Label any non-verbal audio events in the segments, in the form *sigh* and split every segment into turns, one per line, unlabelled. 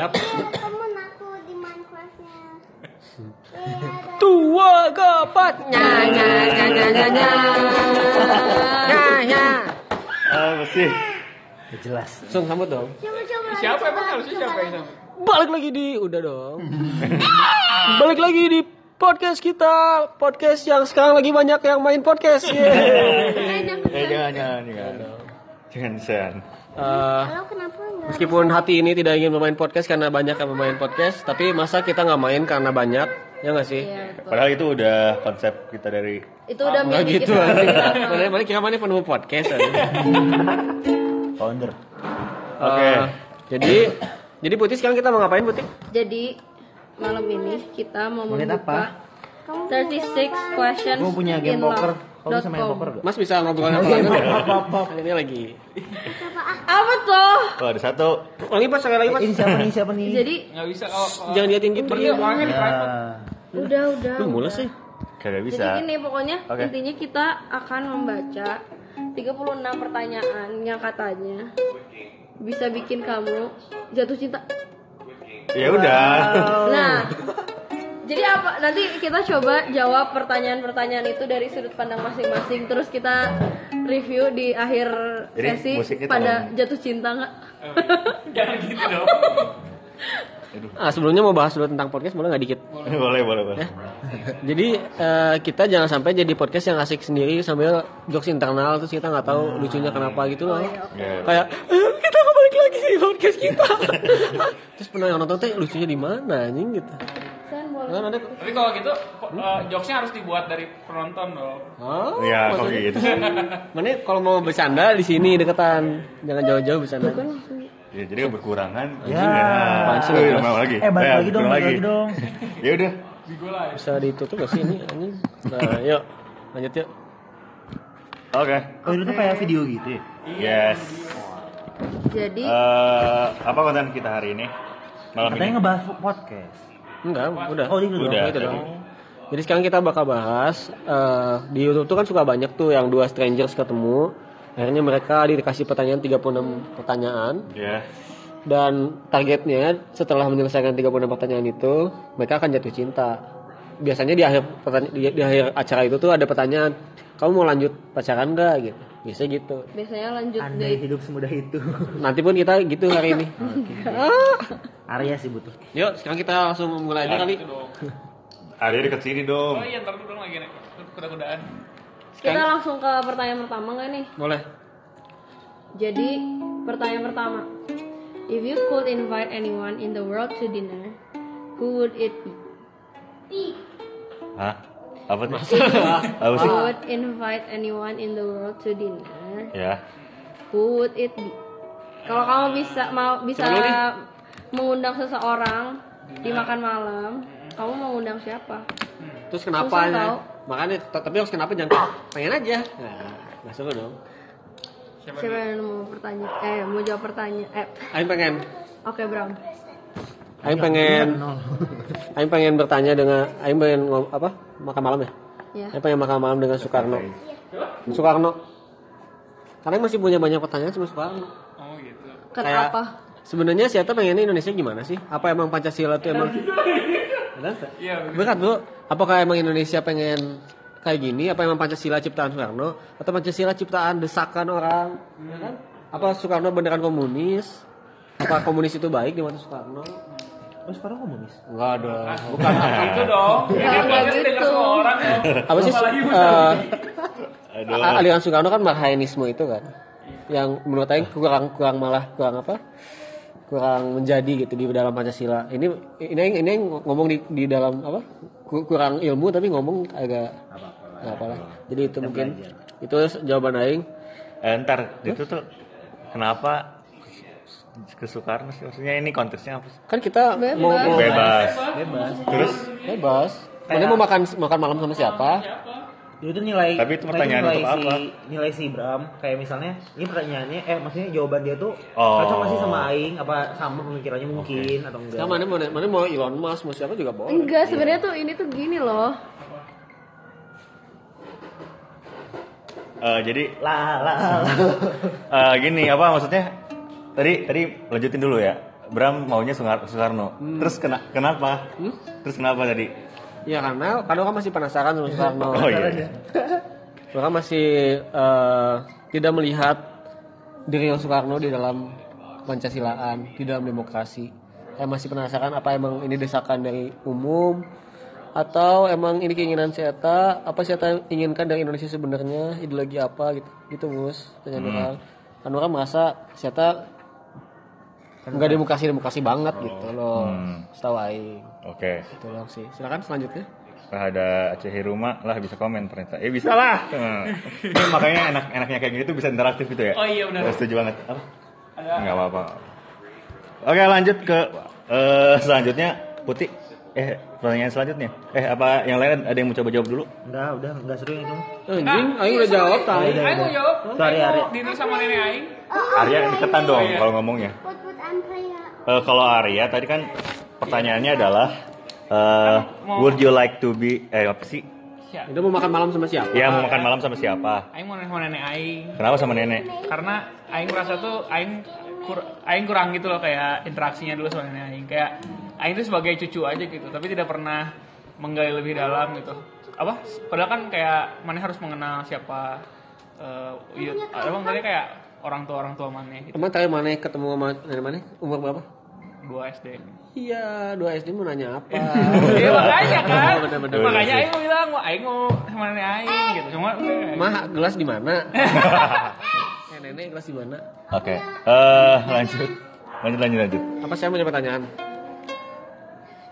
Yap.
temen aku di Minecraftnya Iya, ada
Tua gepot. Nya nya nya nya nya nya. Nya nya.
Ah, mesti. Ya, jelas.
Sung sambut dong.
coba coba
Siapa
coba,
emang harusnya
coba
siapa yang
lagi.
sama?
Balik lagi di udah dong. *laughs* Balik lagi di podcast kita, podcast yang sekarang lagi banyak yang main podcast. Yeay.
Eh, jangan, jangan, jangan. Jangan, San.
Eh,
Halo, kenapa enggak?
meskipun hati ini tidak ingin bermain podcast karena banyak yang bermain podcast, tapi masa kita nggak main karena banyak? Ya nggak
Iya.
sih?
Padahal itu udah konsep kita dari
Itu
Oh,
udah
Nggak
milik
gitu.
kita.
Mana mana kira mana penemu podcast. anjing.
founder. Oke.
Eh, jadi jadi Putih sekarang kita mau ngapain Putih?
Jadi malam ini kita mau
Mau lihat
membuka
apa?
36 questions
Gua punya game
in
poker. Kamu
love
sama
dot
yang
com.
poker gak?
Mas bisa ngobrol apa lagi? Ini lagi.
Apa tuh?
Oh, ada satu.
Oh, ini pas sekali lagi pas.
siapa nih? Siapa nih?
Jadi
Nggak bisa. Oh, oh.
Jangan liatin gitu.
Berarti orangnya
Nah,
di private.
udah udah.
Lu mulai sih.
Kagak
Jadi
bisa.
gini pokoknya
Oke.
intinya kita akan membaca 36 pertanyaan yang katanya bisa bikin kamu jatuh cinta.
Ya udah.
Nah, jadi apa? Nanti kita coba jawab pertanyaan-pertanyaan itu dari sudut pandang masing-masing. Terus kita review di akhir
Jadi
sesi
musiknya
pada
tolong.
jatuh cinta nggak?
Jangan gitu dong.
Ah, sebelumnya mau bahas dulu tentang podcast boleh nggak dikit?
*laughs* boleh, boleh,
Eh?
boleh.
Jadi eh, kita jangan sampai jadi podcast yang asik sendiri sambil jokes internal terus kita nggak tahu lucunya kenapa gitu loh.
Ya.
Kayak "Eh, kita mau balik lagi di podcast kita. *laughs* terus pernah yang nonton teh lucunya di mana anjing gitu. Kan ada
Tapi kalau gitu, po-
Hmm?
eh, jokesnya harus dibuat dari penonton dong.
Oh,
Ya, kok
maksudnya-
gitu sih.
Mana kalau mau bercanda di sini deketan, jangan jauh-jauh bercanda.
Ya, jadi berkurangan.
Ya. Apaan sih,
Udah,
jelas.
Iya. mau lagi.
Eh, balik
Ya,
lagi dong,
kurang
balik lagi dong.
*laughs* Ya udah.
Digolai.
Bisa ditutup gak sih ini? anjing? Nah, yuk lanjut yuk.
Oke.
Oh, itu tuh kayak video gitu ya?
Yes.
Jadi
Eh, apa konten kita hari ini? Malam
Katanya
ini.
ngebahas podcast.
Enggak, udah.
Oh, itu
Udah.
dong.
Gitu dong. Jadi sekarang kita bakal bahas eh, di YouTube tuh kan suka banyak tuh yang dua strangers ketemu. Akhirnya mereka dikasih pertanyaan 36 pertanyaan
Ya.
dan targetnya setelah menyelesaikan 36 pertanyaan itu mereka akan jatuh cinta. Biasanya di akhir pertanya- di, di akhir acara itu tuh ada pertanyaan, "Kamu mau lanjut pacaran gak gitu. Biasanya gitu.
biasanya lanjut
Andai
date.
hidup semudah itu.
Nanti pun kita gitu hari ini.
*laughs* Arya sih butuh.
Yuk, sekarang kita langsung mulai aja kali.
Gitu dong.
Ada dekat sini
Oh
dong.
iya, ntar dulu dong lagi nih. Kuda-kudaan.
Kita langsung ke pertanyaan pertama nggak nih?
Boleh.
Jadi pertanyaan pertama, if you could invite anyone in the world to dinner, who would it be?
Hah? Apa tuh? Apa sih?
If you
Ah.
would invite anyone in the world to dinner,
Ya.
who would it be? Kalau kamu bisa mau bisa mengundang seseorang di makan malam, kamu mau undang siapa?
Terus kenapa?
Susah
ya?
tau.
Makanya t- tapi harus kenapa jangan *coughs* pengen aja. Nah, masuk lu dong.
Siapa
Siapa yang mau pertanyaan? Eh, mau jawab pertanyaan? Eh,
Aing pengen
oke Bram.
Aing pengen Aing pengen bertanya dengan Aing pengen ngom- apa? Makan malam ya?
Ya.
Aing pengen makan malam dengan Soekarno. Soekarno. Karena Aing masih punya banyak pertanyaan sama Soekarno.
Oh gitu.
Kayak-
Kenapa?
Sebenarnya si Eta pengennya Indonesia gimana sih? Apa emang Pancasila tuh emang Benar nggak?
Iya,
Berat
benar.
bro. Apakah emang Indonesia pengen kayak gini? Apa emang Pancasila ciptaan Soekarno? Atau Pancasila ciptaan desakan orang? Ya kan? Apa Soekarno beneran komunis? Apa komunis itu baik di mata Soekarno?
Oh, sekarang komunis.
Enggak ada. *laughs*
Bukan itu dong. Ini
Nggak
podcast
gitu.
didengar semua orang dong.
Apa sih
Apalagi
eh,
Bang.
Aduh.
a- aliran Soekarno kan marhaenisme itu kan? Yang menurut saya kurang kurang malah kurang apa? kurang menjadi gitu di dalam Pancasila. Ini ini ini yang ngomong di, di dalam apa? Ku- Kurang ilmu tapi ngomong agak nggak apa-apa. lah. Jadi itu mungkin itu jawaban aing.
Eh, ntar itu tuh kenapa ke Soekarno sih? Maksudnya ini konteksnya apa sih?
Kan kita mau, mau
Bebas. Terus
bebas. Mana mau makan makan malam sama siapa?
Jadi itu Ya nilai
Tapi itu pertanyaan
nilai
untuk
si,
apa?
Nilai si Bram kayak misalnya ini pertanyaannya eh maksudnya jawaban dia tuh
Oh.
cocok masih sama aing apa sama pemikirannya mungkin atau enggak.
Ya, mana mana mana mau Elon Musk mau siapa juga boleh.
Enggak, sebenarnya tuh ini tuh gini loh.
eh, jadi
Lah lah. lah.
eh, gini apa maksudnya? Tadi tadi lanjutin dulu ya. Bram maunya Soekar- Soekarno. Terus kena, kenapa? Terus kenapa tadi?
Ya karena karena orang masih penasaran sama Soekarno.
Oh iya.
Orang masih eh, tidak melihat diri Soekarno di dalam Pancasilaan, di dalam demokrasi. Saya masih penasaran apa emang ini desakan dari umum atau emang ini keinginan si Eta, apa si Eta inginkan dari Indonesia sebenarnya, ideologi apa gitu, gitu Mus, dengan orang. Kan orang merasa si Eta nggak demokrasi-demokrasi banget gitu loh,
Hmm.
setahu Aing.
Oke.
Gitu loh sih. Silakan selanjutnya.
Setelah ada Aceh Hiruma lah bisa komen ternyata. Eh bisa lah. Hmm. Eh, makanya enak-enaknya kayak gini tuh bisa interaktif gitu ya.
Oh iya, benar.
Gua Setuju banget. Apa? Enggak apa-apa. Oke, lanjut ke eh, selanjutnya Putih. Eh, pertanyaan selanjutnya. Eh, apa yang lain ada yang mau coba jawab dulu?
*laughs* Enggak, udah, enggak seru itu.
Anjing, Aing udah jawab, tai.
Aing mau jawab.
Sorry,
Aing
Ari.
mau diri sama nenek Aing.
Oh,
Arya deketan dong
Iya.
kalau ngomongnya.
Put put Andrea.
Eh, kalau Arya tadi kan pertanyaannya adalah eh, would you like to be eh apa sih?
Ya.
Itu mau makan malam sama siapa?
Ya mau makan malam sama siapa?
Aing mau nenek sama nenek Aing.
Kenapa sama nenek?
Karena Aing merasa tuh Aing kur- Aing kurang gitu loh kayak interaksinya dulu sama nenek Aing. Kayak Aing tuh sebagai cucu aja gitu, tapi tidak pernah menggali lebih dalam gitu. Apa? Padahal kan kayak mana harus mengenal siapa eh iya, abang tadi kayak orang tua orang tua mana gitu.
Emang tadi mana ketemu sama dari mana? Umur berapa?
Dua SD.
Iya, 2 SD mau nanya *laughs* apa?
Iya makanya kan.
Bener-bener.
Makanya Aing mau bilang, wah Aing mau sama nenek Aing gitu. Cuma
Mah gelas di
*laughs*
mana? Eh, nenek gelas di mana?
Oke. Eh, lanjut. Lanjut lanjut lanjut.
Apa saya punya pertanyaan?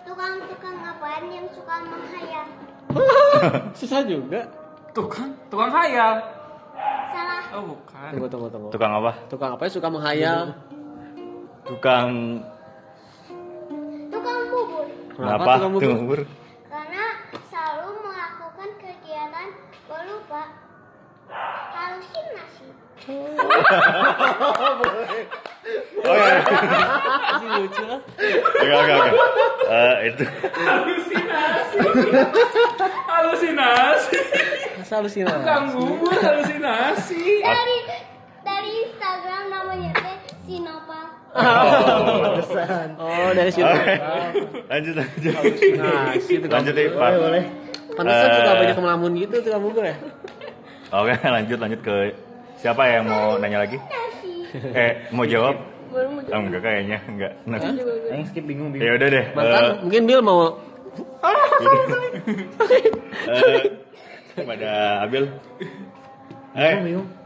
Tukang-tukang apaan yang suka menghayal?
*laughs* Susah juga.
tukang tukang khayal.
Salah.
Oh bukan.
Tunggu, tunggu, tunggu.
Tukang apa?
Tukang apa ya suka menghayal?
Tukang
Tukang bubur.
apa?
tukang bubur?
Tukang bubur.
Karena selalu melakukan kegiatan berupa halusinasi.
Oke.
Ini lucu lah.
Oh, iya, Oke oke oke. Eh, itu.
Halusinasi. Halusinasi.
Masa halusinasi?
Tukang bubur halusinasi.
Dari dari Instagram namanya teh Sinopal.
Oh, dari situ.
Oke. Lanjut lanjut.
Nah, situ kan.
Lanjut Pak.
Pantesan suka
Eh.
banyak melamun gitu tukang bubur ya?
Oke, lanjut lanjut ke siapa yang mau nanya lagi?
Nasi.
Eh, mau jawab?
Baru mau
Oh, enggak kayaknya, enggak. Nah.
Yang skip bingung bingung.
Ya udah deh.
Mantan,
eh,
mungkin Bill mau
Eh, kepada Abil. Eh,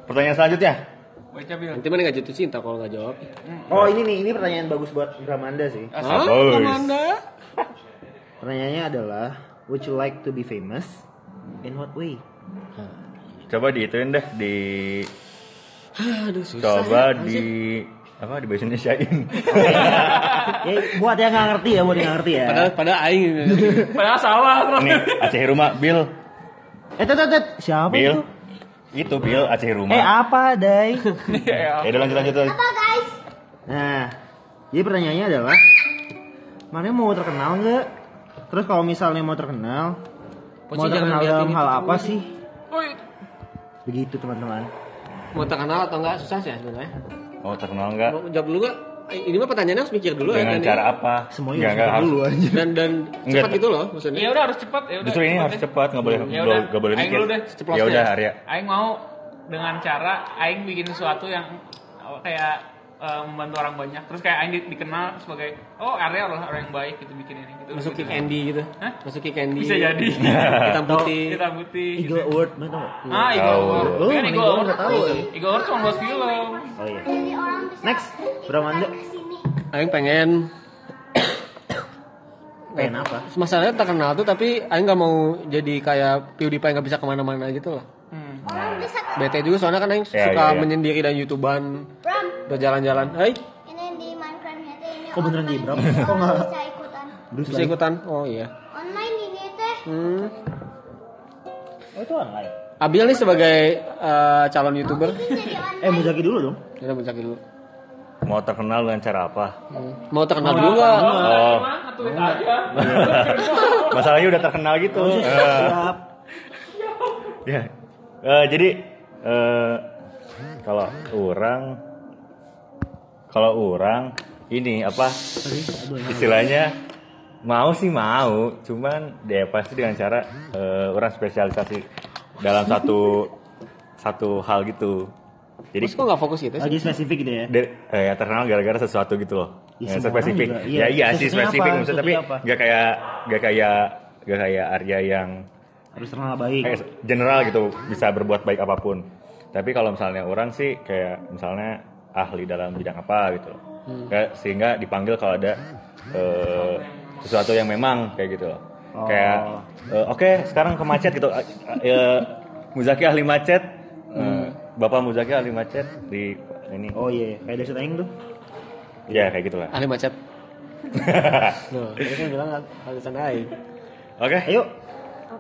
pertanyaan selanjutnya.
Baca bil.
nanti mana nggak jatuh cinta kalau nggak jawab.
Iya.
Oh, ini nih, ini pertanyaan bagus buat Bramanda sih.
Hah?
Bagus.
Amanda?
Pertanyaannya adalah, would you like to be famous? In what way?
Coba diituin deh di
Aduh, susah.
coba
ya.
di apa di bahasa Indonesiain.
ya, buat yang nggak ngerti ya, buat yang nggak ngerti ya.
Padahal, padahal aing.
Padahal salah terus.
Nih, Aceh Hiruma, Bill,
Eh, tet, tet, tet. siapa
Bill.
itu?
Itu Bill Aceh Hiruma.
Eh, ah. apa, Day?
Ya udah lanjut lanjut. lanjut.
Apa guys?
Nah, jadi pertanyaannya adalah, mana mau terkenal nggak? Terus kalau misalnya mau terkenal,
Poci,
mau
jangan
terkenal
liatin
dalam
itu
hal
tuh,
apa
Poci.
sih?
Woi.
Begitu teman-teman.
Mau terkenal atau enggak susah sih ya sebenarnya.
Oh, terkenal enggak?
Mau jawab dulu nggak? Eh, Ini mah pertanyaannya harus mikir dulu ya
Dengan
kan
cara
ini.
apa?
Semuanya
Enggak, enggak
harus dulu eh. aja.
dan dan
Enggak.
cepat gitu loh maksudnya.
Ya udah harus cepat ya
harus-
udah.
Justru ini harus
deh.
cepat, enggak boleh
Ya udah.
enggak boleh
Aing
mikir.
dulu deh,
secepatnya.
Ya udah, Arya.
Aing mau dengan cara Aing bikin sesuatu yang uh, kayak uh, membantu orang banyak. Terus kayak Aing di- dikenal sebagai oh Arya adalah orang yang baik gitu bikin ini gitu.
Masuk
Gitu.
kick candy gitu.
Hah?
Masuk kick candy.
Bisa jadi. *laughs*
Hitam putih.
Kita putih. gitu.
Eagle Award, mana tau nggak?
Ah, Eagle
Tahu.
Award. Kan
Oh, Eagle
Eagle Award
nggak tahu ya? sih.
Eagle Award cuma buat film.
Oh iya.
Jadi orang bisa
Next, Bramanda.
kesini.
Aing pengen
Pengen apa?
masalahnya terkenal tuh tapi Aing nggak mau jadi kayak PewDiePie nggak bisa kemana-mana gitu loh.
Hmm.
Orang bisa
Bete juga soalnya kan Aing
Ya,
suka
ya, ya.
menyendiri dan youtuban
Bram.
udah jalan-jalan. Hai,
Ini di Minecraft itu ini.
Kok beneran di
online.
Bram? Kok nggak-
Bisa ikutan.
Bruce
bisa
Lee.
ikutan? Oh iya.
Online ini teh.
Hmm.
Oh, itu online.
Abil nih sebagai eh, calon youtuber.
Bikin jadi online.
Eh, Muzaki dulu dong.
Kita baca dulu.
Mau terkenal dengan cara apa?
Hmm. Mau terkenal dulu nggak?
Oh.
Cuma tulis aja.
Masalahnya udah terkenal gitu. Eh,
Oh, iya. Siap.
Ya. Eh, jadi eh kalau orang kalau orang ini apa istilahnya mau sih mau cuman ya pasti dengan cara eh, orang spesialisasi dalam satu satu hal gitu jadi
Terus kok nggak fokus gitu sih?
Lagi spesifik gitu ya.
dari- eh, ya terkenal gara-gara sesuatu gitu loh. Ya,
Ya, semua orang
spesifik.
juga, iya.
Ya iya sih
Spesifiknya
spesifik
apa?
maksudnya tapi
Spesifiknya apa?
nggak kayak nggak kayak nggak kayak Arya yang
Harus terkenal baik.
eh, general gitu bisa berbuat baik apapun. Tapi kalau misalnya orang sih kayak misalnya ahli dalam bidang apa gitu loh.
Hmm.
Kayak- sehingga dipanggil kalau ada eh, sesuatu yang memang kayak gitu loh.
Oh.
Kayak eh, oke sekarang ke macet gitu. Eh, eh, Muzaki ahli macet. Eh, Bapak Muzaki ahli macet di ini
Hmm. Oh iya, iya. kayak David Aing tuh.
Ya kayak gitulah.
Ahli *laughs* macet. Loh, tadi kan bilang nggak- halusan *laughs* aing.
Oke.
Ayo,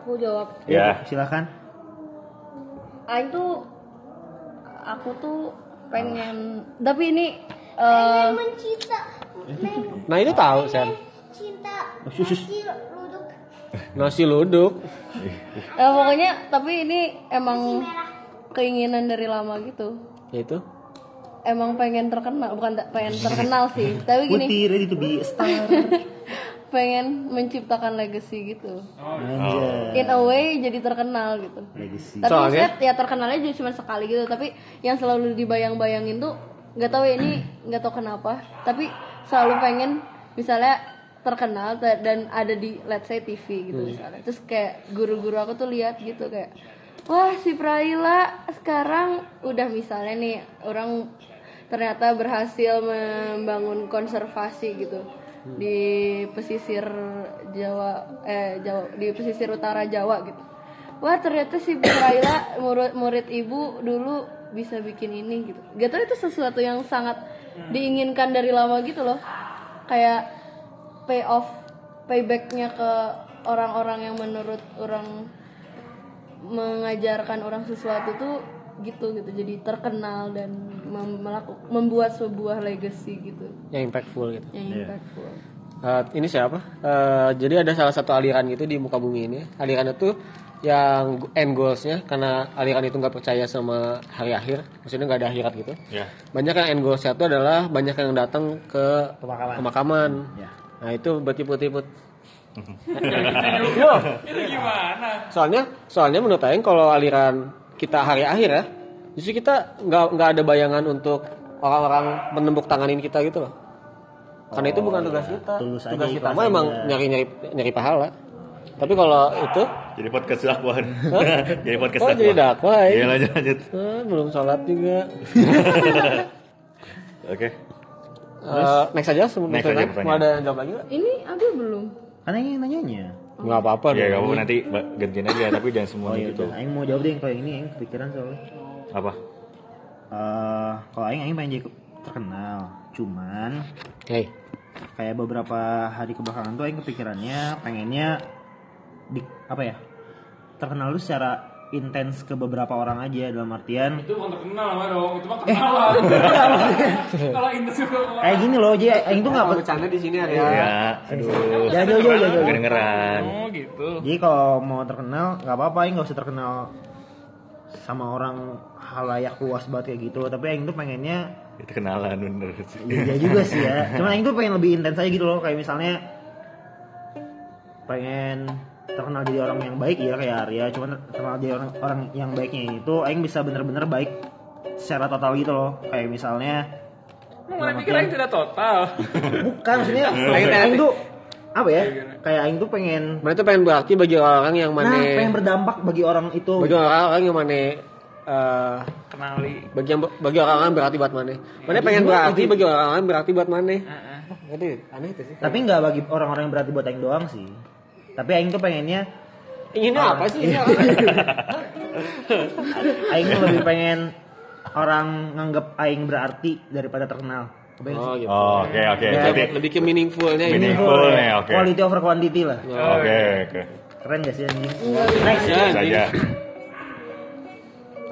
Aku jawab.
Ya.
silakan.
Aing tuh aku tuh pengen tapi ini eh,
Mencinta, men-
Nah itu tahu Sen.
cinta,
Oh, sus, sus.
nasi luduk
Nasi luduk.
eh, pokoknya tapi ini emang keinginan dari lama gitu.
Itu.
Emang pengen terkenal, bukan tak- pengen terkenal sih, tapi gini,
Putih ready to be a star.
*laughs* pengen menciptakan legacy gitu.
Oh. Anjay.
In a way jadi terkenal gitu.
Legacy.
Tapi
Soalnya-
maksudnya ya terkenalnya juga cuma sekali gitu, tapi yang selalu dibayang-bayangin tuh nggak tahu ya ini nggak tahu kenapa, tapi selalu pengen misalnya terkenal ta- dan ada di let's say TV gitu misalnya. Terus kayak guru-guru aku tuh lihat gitu kayak wah si Praila sekarang udah misalnya nih orang ternyata berhasil membangun konservasi gitu di pesisir Jawa eh Jawa di pesisir utara Jawa gitu wah ternyata si Bu Raila murid, murid ibu dulu bisa bikin ini gitu gak tau itu sesuatu yang sangat diinginkan dari lama gitu loh kayak pay off paybacknya ke orang-orang yang menurut orang mengajarkan orang sesuatu tuh gitu gitu jadi terkenal dan mem- melaku- membuat sebuah legacy gitu
Yang impactful gitu.
yang impactful
Eh, ini siapa? Eh, jadi ada salah satu aliran gitu di muka bumi ini. Aliran itu yang end goalsnya karena aliran itu nggak percaya sama hari akhir, maksudnya nggak ada akhirat gitu.
Ya.
Banyak yang end goalsnya itu adalah banyak yang datang ke pemakaman.
Ya.
Nah itu bertiput-tiput. Yo,
Itu gimana?
soalnya soalnya menurut Aing kalau aliran kita hari akhir ya, justru kita nggak nggak ada bayangan untuk orang-orang menembuk tanganin kita gitu loh. Karena itu bukan tugas kita.
Oh, iya. Tulus aja,
tugas kita
ikhlas
mah emang
aja.
nyari nyari nyari pahala. Tapi kalau itu
Jadi podcast dakwaan. *laughs* jadi podcast
Oh,
dakwaan.
jadi dakwah, ya.
Iya lanjut lanjut.
eh, belum sholat juga.
Oke.
Eh, next aja sebelum
Next
itu, Nat.
aja
mau
pertanyaan.
ada yang jawab lagi nggak?
ini aku belum
Kan Aing yang nanyanya.
Nggak apa-apa.
Ya
dong.
kamu nanti ba- gantian aja tapi jangan
Oh
semuanya
iya,
gitu.
udah. Aing mau jawab deh yang kalau yang ini Aing kepikiran soalnya.
Apa?
Eh, kalau Aing Aing pengen jadi ke- terkenal. Cuman
Hei,
kayak beberapa hari kebelakangan tuh Aing kepikirannya pengennya di apa ya? Terkenal lu secara intens ke beberapa orang aja dalam artian
Itu bukan terkenal lah dong, itu mah
*laughs*
kenalan. Kalau intens juga
Kayak gini loh, jadi Aing tuh nggak
Kalau
percaya.
bercanda di sini ada.
Ya, aduh.
Ya, jauh,
Iya,
jauh, jauh, jauh.
Kedengeran.
Oh gitu.
Jadi kalau mau terkenal, nggak apa-apa, Aing nggak usah terkenal sama orang halayak luas banget kayak gitu. Tapi Aing tuh pengennya,
Itu kenalan bener. *laughs*
iya juga sih ya. Cuman Aing tuh pengen lebih intens aja gitu loh, kayak misalnya pengen terkenal jadi orang yang baik ya kayak Arya. Cuman terkenal jadi orang orang yang baiknya itu, Aing bisa bener-bener baik secara total gitu loh. Kayak misalnya
Mau mulai pikir aing tidak total.
bukan maksudnya *laughs* Aing, Aing tuh apa ya? Kayak Aing tuh pengen
Mana itu pengen berarti bagi orang yang mana?
Nah, pengen berdampak bagi orang itu.
bagi orang-orang yang mana? eh,
Kenali.
bagi yang- bagi orang-orang yang berarti buat mana? Mana pengen berarti bagi orang-orang yang berarti buat mana?
Heeh.
Jadi aneh itu sih.
Tapi nggak bagi orang-orang yang berarti buat Aing doang sih. Tapi Aing tuh pengennya,
Inginnya apa *laughs* sih ini orang?
Aing tuh lebih pengen orang nganggap Aing berarti daripada terkenal. Kebayang
Oh
sih?
gitu.
Oh, Oke oke.
Ya,
Jadi
lebih ke meaningfulnya ini.
Meaning- Meaningful ya, oke.
Iya. Quality over quantity lah.
oke oke.
Keren gak sih anjing?
Next ya. ini.
Saja.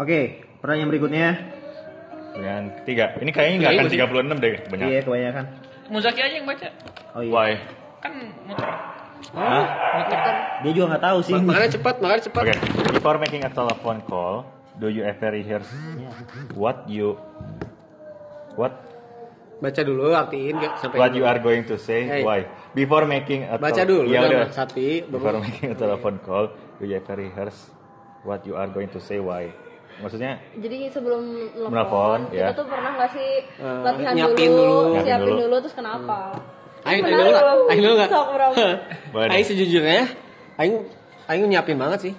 Oke, pertanyaan berikutnya.
Dengan ketiga. Ini kayaknya nggak
Iya,
akan 36 deh banyak.
Iya, kebanyakan.
Muzaki aja yang baca.
Oh iya.
Ya. Why?
Kan muter.
Hah?
Muter.
Dia juga nggak tahu sih.
Mak- Makanya cepat, makanya cepat.
Oke. Before making a telephone call, do you ever rehearse what you what
Baca dulu, artiin nggak sampai.
What you are going to say,
Hey.
why? Before making a
Baca
tel-
dulu,
Ya
udah
udah.
Mas, sapi, baru-
Before making a telephone call, you have to rehearse what you are going to say, why? Maksudnya
Jadi sebelum
Menelpon,
nelfon,
ya.
kita tuh pernah nggak sih
Eh,
latihan
nyiapin dulu. Hmm.
dulu,
Nyiapin
siapin
dulu.
dulu terus kenapa?
Aing Aing
Menarik
dulu nggak?
loh.
Aing dulu nggak?
Sok, Bram.
Boleh deh.
Aing sejujurnya ya, Aing Aing nyiapin banget sih.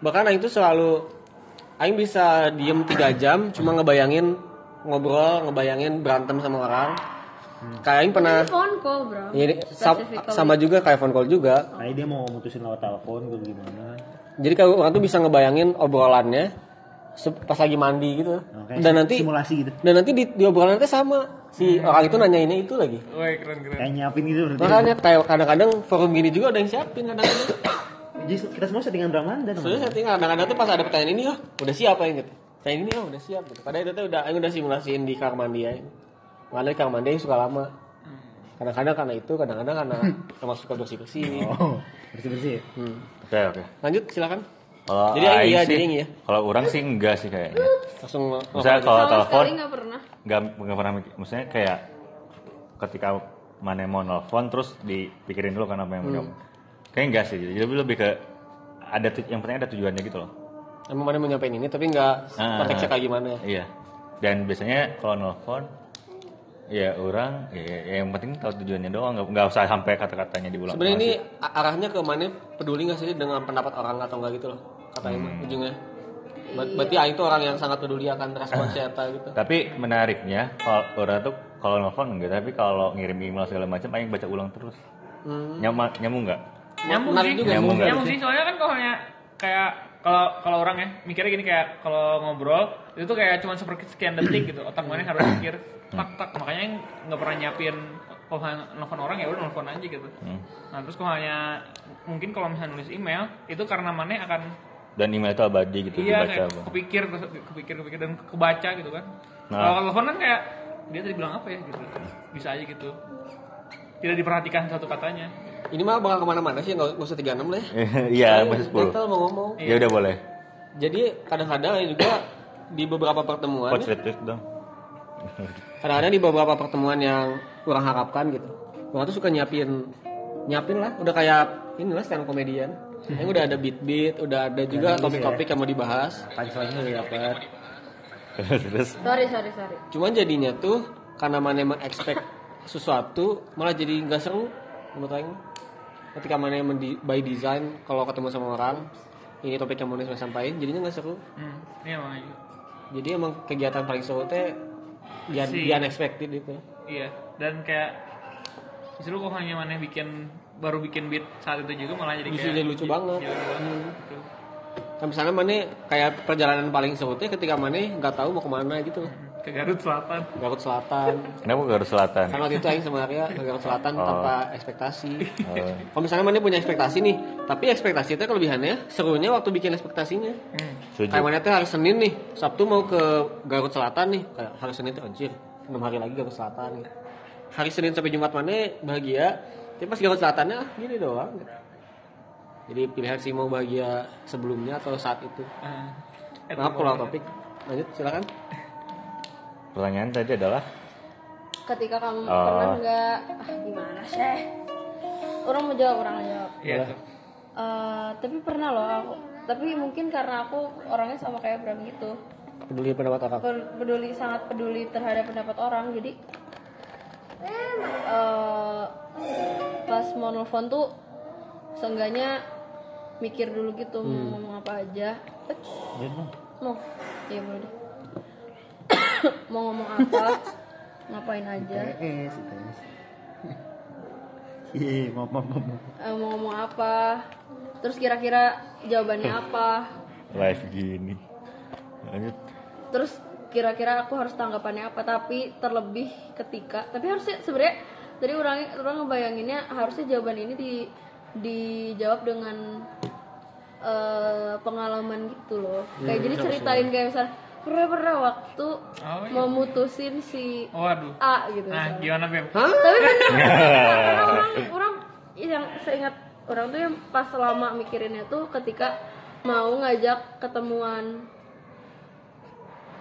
Bahkan Aing tuh selalu Aing bisa diem 3 jam cuma ngebayangin ngobrol, ngebayangin berantem sama orang.
Hmm.
Kayak Aing pernah
Phone call, bro.
ya, ini sa- sama
gitu.
juga kayak phone call juga.
Kayak dia mau mutusin lewat telepon gitu gimana.
Jadi kalau orang tuh bisa ngebayangin obrolannya se- pas lagi mandi gitu.
Oke,
Dan nanti
Nah, simulasi Hmm. gitu.
dan nanti di, di obrolannya tuh sama si orang itu nanyainnya itu lagi.
Woi keren keren.
Kayak nyiapin gitu berarti.
Makanya kayak kadang-kadang forum gini juga ada yang siapin kadang-kadang.
Jadi kita semua settingan Bramanda dong.
Soalnya setting kadang-kadang tuh pas ada pertanyaan ini oh, udah siap aing gitu. Saya ini oh, udah siap gitu. Padahal itu tuh udah aing udah simulasiin di kamar mandi aing. Makanya di kamar mandi aing suka lama. Kadang-kadang karena itu, kadang-kadang karena emang suka bersih-bersih.
Oh, bersih-bersih.
Hmm.
oke oke.
Lanjut silakan.
Kalau
Jadi Aing iya,
sih-
jadi Aing iya.
Kalau orang sih enggak sih kayaknya.
Langsung
Misalnya kalau
Sama
telepon
sekali nggak pernah.
nggak nggak pernah mikir. Maksudnya kayak ketika mana mau nelfon terus dipikirin dulu kan apa yang mau
Hmm.
diomong. Kayaknya enggak sih. Jadi lebih ke ada tu- yang penting ada tujuannya gitu loh.
emang mana mau nyampein ini tapi nggak
Ah.
konteksnya kayak gimana. ya?
Iya. Dan biasanya kalau nelfon ya orang ya, ya yang penting tahu tujuannya doang nggak nggak usah sampai kata-katanya diulang.
Sebenarnya ini a- arahnya ke mana peduli nggak sih dengan pendapat orang atau enggak gitu loh kata Aing mah, ujungnya. Ber- Berarti Aing tuh orang yang sangat peduli akan respon siapa gitu.
Tapi menariknya kalau orang tuh kalau nelfon enggak, tapi kalau ngirim email segala macam aing baca ulang terus.
Hmm.
Nyama, nyambung enggak?
Nyambung
Menarik
sih.
juga.
Nyambung,
Nyambung
sih. Soalnya kan kalau hanya kayak kalau kalau orang ya mikirnya gini kayak kalau ngobrol itu tuh kayak cuma seperti sekian detik gitu. Otak mana harus mikir tak tak makanya yang nggak pernah nyiapin kalau hanya nelfon orang ya udah nelfon aja gitu. Nah terus kalau hanya mungkin kalau misalnya nulis email itu karena mana akan
Dan email itu abadi gitu dibaca.
iya kayak
Bang.
kepikir terus kepikir kepikir dan kebaca gitu kan.
Nah.
Kalau nelfon kan kayak dia tadi bilang apa ya gitu. Bisa aja gitu. Tidak diperhatikan satu katanya.
Ini mah bakal kemana-mana sih, nggak nggak usah 36 lah ya.
*laughs* Iya,
Aing
masih 10.
gatel mau ngomong.
Ya udah boleh.
Jadi kadang-kadang Aing juga di beberapa pertemuan,
Coach retweet dong.
kadang-kadang di beberapa pertemuan yang kurang harapkan gitu. Orang tuh suka nyiapin, nyiapin lah, udah kayak inilah stand up komedian. Yang udah ada beat-beat, udah ada juga topik-topik yang mau dibahas.
Punchline-nya udah dapat.
Terus
Sorry, sorry, sorry.
Cuman jadinya tuh karena mana mengexpect sesuatu malah jadi nggak seru menurut Aing. Ketika mana yang mendi- by design kalau ketemu sama orang ini topik yang mau saya sampaikan jadinya nggak seru.
Hmm, iya makanya.
Jadi emang kegiatan paling seru teh di,
Si-
di unexpected itu.
Iya, dan kayak justru kok hanya mana bikin baru bikin beat saat itu juga malah jadi
Justru
kayak
jadi lucu banget.
Iya, iya,
Hmm.
gitu.
Kan misalnya mana kayak perjalanan paling seru teh ketika mana nggak tahu mau kemana gitu.
Ke Garut Selatan.
Garut Selatan.
kenapa ke Garut Selatan?
Karena waktu itu Aing sama Arya ke Garut Selatan
Oh.
tanpa ekspektasi.
Oh.
Kalau misalnya mana punya ekspektasi nih, tapi ekspektasi itu kelebihannya serunya waktu bikin ekspektasinya.
Hmm.
Setuju.
Kayak mana tuh hari Senin nih, Sabtu mau ke Garut Selatan nih, kayak hari Senin tuh anjir, 6 hari lagi Garut Selatan. Gitu. Hari Senin sampai Jumat mana bahagia, tapi pas Garut Selatannya ah, gini doang. gitu. Jadi pilihan sih mau bahagia sebelumnya atau saat itu.
Eh, eh,
Maaf kalau topik. Lanjut silakan.
Pertanyaan tadi adalah
Ketika kamu
Oh.
pernah nggak ah, gimana sih? Orang mau jawab, orang jawab.
Iya, tuh.
Eh, tapi pernah loh aku. Tapi mungkin karena aku orangnya sama kayak Bram gitu.
Peduli pendapat orang.
Per- Peduli sangat peduli terhadap pendapat orang. Jadi eh pas mau nelfon tuh seenggaknya mikir dulu gitu mau ngomong apa aja. Eh, mau iya boleh deh. *coughs* mau ngomong apa ngapain aja
ITS, ITS. gitu. *laughs* Iya, maaf, maaf, maaf. maaf.
eh, mau ngomong apa terus kira-kira jawabannya apa
live gini. Lanjut.
terus kira-kira aku harus tanggapannya apa tapi terlebih ketika tapi harusnya sebenarnya tadi orang orang ngebayanginnya harusnya jawaban ini di dijawab dengan eh, pengalaman gitu loh kayak jadi ceritain kayak misal pernah pernah waktu mau mutusin si
Oh, Waduh.
A gitu misalnya.
Nah, gimana Bem?
tapi bener
*laughs*
karena orang orang yang seingat orang tuh yang pas lama mikirinnya tuh ketika mau ngajak ketemuan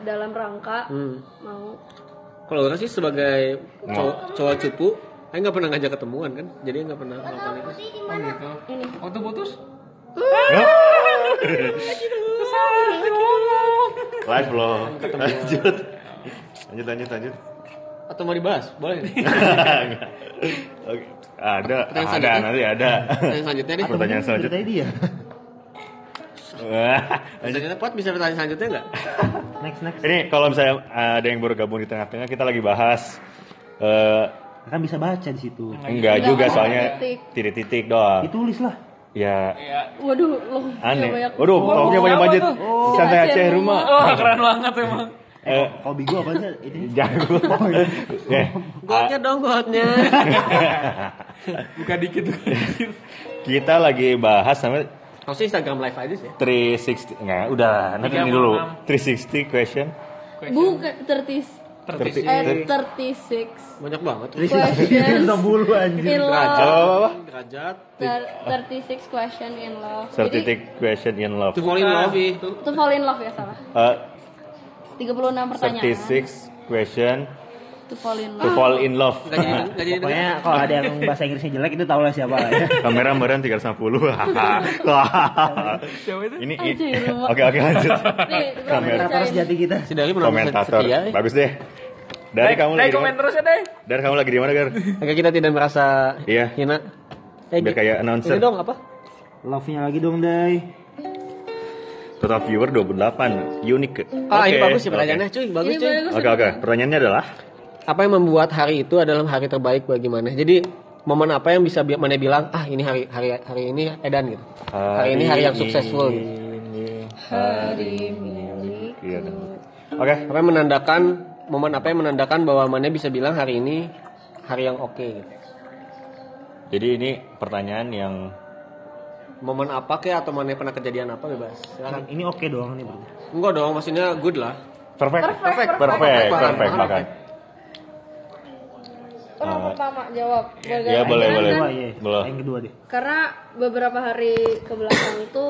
dalam rangka
Hmm.
mau
Kalau orang sih sebagai cowok, cowok cupu, Aing nggak pernah ngajak ketemuan kan, jadi nggak pernah melakukan itu.
Putih di mana?
gitu. Waktu putus?
Ya. Live loh. *laughs* Lanjut. Lanjut lanjut lanjut. *laughs*
Atau mau dibahas? Boleh. nih.
Enggak. Oke. Ada,
Pertanyaan
ada
selanjutnya?
nanti ada.
Pertanyaan selanjutnya nih.
Pertanyaan selanjutnya.
Ceritanya dia. *laughs*
Wah.
*laughs*
*laughs* Lanjut.
Selanjutnya, Pat bisa bertanya selanjutnya nggak?
Next next.
Ini kalau misalnya ada yang baru gabung di tengah-tengah kita lagi bahas eh
Akan bisa baca di situ.
enggak juga
Enggak,
soalnya
titik.
titik-titik doang.
Ditulis lah.
Ya
Waduh, lo
aneh. Waduh, topiknya banyak banget. Santai Aceh
Oh,
rumah.
Wah keren banget emang.
Eh,
Hobi gue apa sih ini?
jago. *laughs* Ya.
Golnya dong, golnya.
Buka dikit tuh.
Kita lagi bahas sama
Harusnya Instagram live aja sih.
360 nggak udah lah, nanti ini dulu 360 question
Bukan 30
Tertis.
eh 36
Banyak banget.
question
Kita bulu anjir.
in love.
apa apa
Derajat.
Ter- 36 question in love. Jadi
360 question in love
To fall in love. iya. ih.
itu fall in love ya salah.
Eh,
36 pertanyaan. Ah.
36 question
To fall in
to
love.
fall in love
Nggak jadi, nggak jadi.
Pokoknya kalau ada yang bahasa Inggrisnya jelek itu tau lah siapa lah
*laughs*
ya.
kamera mbakran
*laughs*
360 Hahaha.
Siapa itu?
ini i-
Anjir, rumah.
oke oke lanjut
Nih, bro,
Kamera
bacain.
Terus jadi kita.
Si Dari menang setia. eh.
komentator
iya. ih.
bagus deh dari kamu lagi
Dai,
di
Eh, komen
mana?
terus ya, Dai.
dari kamu lagi di mana gar
Agar kita tidak merasa
Iya.
hina. Eh,
biar kayak
ini
announcer
dong apa?
Love-nya lagi dong, Day.
total viewer 28 unik
Ah, ini
Oke,
bagus sih
oke.
pertanyaannya, cuy. Bagus,
Ini
cuy.
bagus.
oke oke pertanyaannya adalah
Apa yang membuat hari itu adalah hari terbaik bagi mana? Jadi momen apa yang bisa bi- mana bilang ah ini hari hari hari ini edan gitu. Hari ini hari yang successful gitu.
ini
Hari milik.
Iya dong. Oke,
gitu. Apa yang menandakan momen apa yang menandakan bahwa mana bisa bilang hari ini hari yang oke gitu.
jadi ini pertanyaan yang
Momen apa kayak atau mana pernah kejadian apa bebas. Silakan.
Ini oke doang nih, Bro.
Enggak dong, maksudnya good lah.
perfect,
Perfect,
perfect,
perfect,
perfect,
perfect,
bahkan.
Orang pertama jawab. Boleh
Iya
gak?
Oh. boleh
Yang
boleh,
kedua, iya.
boleh.
Yang kedua deh.
Karena beberapa hari ke belakang itu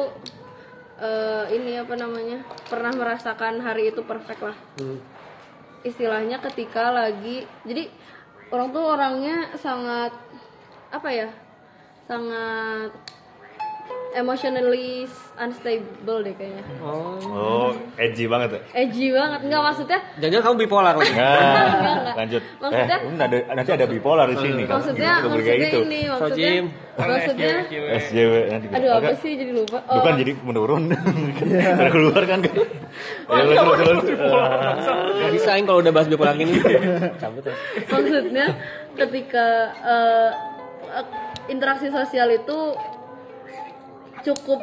eh, ini apa namanya? Pernah merasakan hari itu perfect lah.
Hmm.
Istilahnya ketika lagi jadi orang tuh orangnya sangat apa ya? Sangat emotionally unstable deh kayaknya.
Oh, edgy banget. ya?
Edgy banget. Enggak maksudnya
Jangan kamu bipolar lagi.
Nah, lanjut.
Maksudnya-
eh, ada, nanti ada bipolar di sini. kan? kalau
maksudnya
kita
maksudnya
kayak gitu.
ini maksudnya
Jim.
maksudnya
SJW nanti. kita-
aduh apa
Oke.
sih jadi lupa. Oh,
Bukan kan jadi menurun. Iya. Udah keluar kan. Ya, lu terus terus.
Gak bisa Aing, kalau udah bahas bipolar gini. *laughs* Cabut ya.
*laughs* maksudnya ketika eh, eh, interaksi sosial itu cukup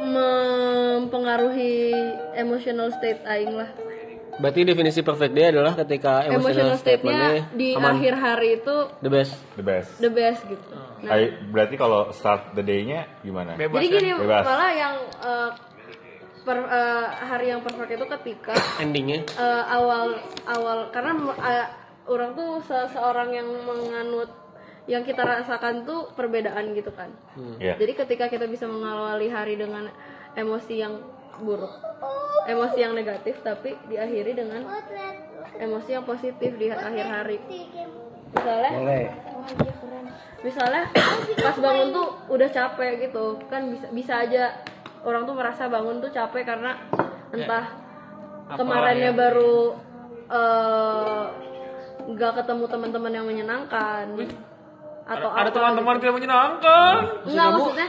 mempengaruhi emotional state aing lah.
Berarti definisi perfect day adalah ketika emotional,
Emotional state-nya
statementnya
di
aman. Oh.
akhir hari itu
the best.
Eh, The best.
the best gitu. Nah,
Ay, berarti kalau start the day-nya gimana?
Bebas.
jadi
kan?
gini
Bebas.
malah yang eh, per- eh, hari yang perfect itu ketika
Endingnya
eh, awal awal karena eh, orang tuh seseorang yang menganut yang kita rasakan tuh perbedaan gitu kan.
Iya.
Jadi ketika kita bisa mengawali hari dengan emosi yang buruk,
Oh,
emosi yang negatif tapi diakhiri dengan emosi yang positif di akhir hari. Misalnya
Boleh.
Oh, iya,
misalnya pas bangun tuh udah capek gitu, kan bisa bisa aja orang tuh merasa bangun tuh capek karena entah kemarinnya baru eh, nggak ketemu teman-teman yang menyenangkan atau apa
Ada teman-teman tidak menyenangkan.
Enggak maksudnya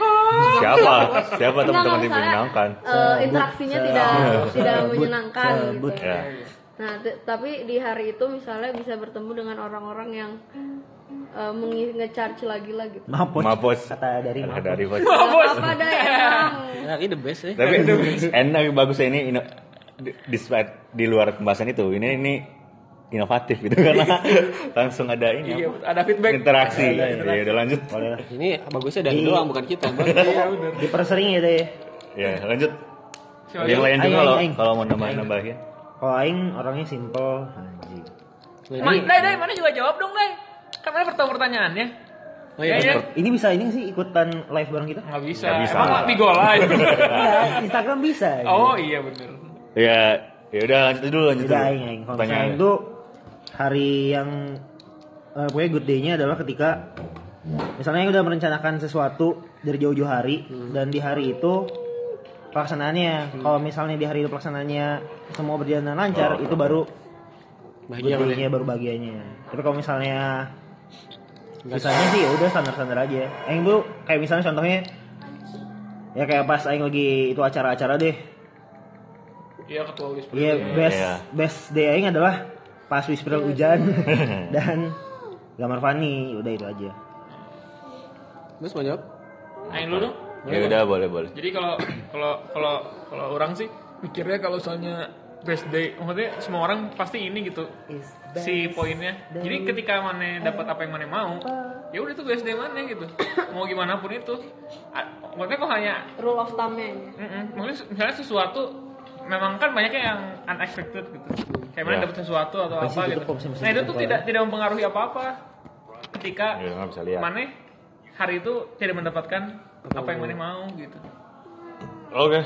Siapa?
eh,
Siapa
Enggak,
teman-teman
enggak,
yang
misalnya,
menyenangkan?
eh, interaksinya tidak tidak menyenangkan
sebut.
gitu.
Ya.
Nah, t- tapi di hari itu misalnya bisa bertemu dengan orang-orang yang eh, mengi- nge-charge lagi lah gitu.
Mapot.
Mapos.
Kata dari
Ada
Mapot.
dari Mapos.
Oh,
Apa ada
*laughs*
emang.
hari the best ya.
Tapi enak bagusnya ini ino, di, despite di luar pembahasan itu, ini ini inovatif gitu *laughs* karena langsung ada ini
Iya,
apa?
ada feedback.
interaksi. Ya udah lanjut.
Ini bagusnya dari
Di-
doang bukan kita. Bang.
Dipersering ya deh.
Ya lanjut.
Siapa
yang lain
Aing,
juga kalau
aing, aing.
kalau mau nambah nambahin.
Kalau aing orangnya simple. Anjing.
Ma- Dai, Dai, mana juga jawab dong, Dai. Kan mana pertama pertanyaannya?
Oh iya,
Ya, ya.
Ini bisa ini sih ikutan live bareng kita?
Nggak bisa.
Nggak bisa.
Emang mati gola itu.
*laughs* Iya, Instagram bisa.
Oh iya bener.
Ya ya udah lanjut dulu lanjut.
Udah
dulu.
aing aing. Iya, Kalau
Pertanyaan.
misalnya itu hari yang eh, pokoknya good day-nya adalah ketika misalnya udah merencanakan sesuatu dari jauh-jauh hari dan di hari itu pelaksanaannya kalau misalnya di hari itu pelaksanaannya semua berjalan dengan lancar itu baru
Bahagia
good
mana
day-nya, baru bahagianya tapi kalau misalnya Biasanya sih ya udah standar-standar aja. Aing dulu kayak misalnya contohnya ya kayak pas aing lagi itu acara-acara deh.
Iya ketua UIS.
Iya best
Iya.
best day aing adalah pas wispil
*laughs*
hujan dan gambar Fani udah itu aja.
Terus mau jawab?
Aing dulu dong.
Ya udah boleh boleh.
Jadi kalau kalau kalau kalau orang sih mikirnya kalau soalnya best day, maksudnya semua orang pasti ini gitu si poinnya. Jadi ketika mana dapat apa yang mana mau, ya udah itu best day mana gitu. mau gimana pun itu. A- Maksudnya kok hanya
Rule of thumbnya.
Mm-mm. Maksudnya se- misalnya sesuatu memang kan banyaknya yang unexpected gitu. Kayak mana
Ya.
dapat sesuatu atau
Pasti
apa
gitu
gitu.
kok bisa- bisa
Nah, itu
gitu
tuh
kok,
tidak tidak mempengaruhi apa-apa. Ketika
Ya, nggak bisa lihat.
mana hari itu tidak mendapatkan apa yang mana mau gitu.
Oke.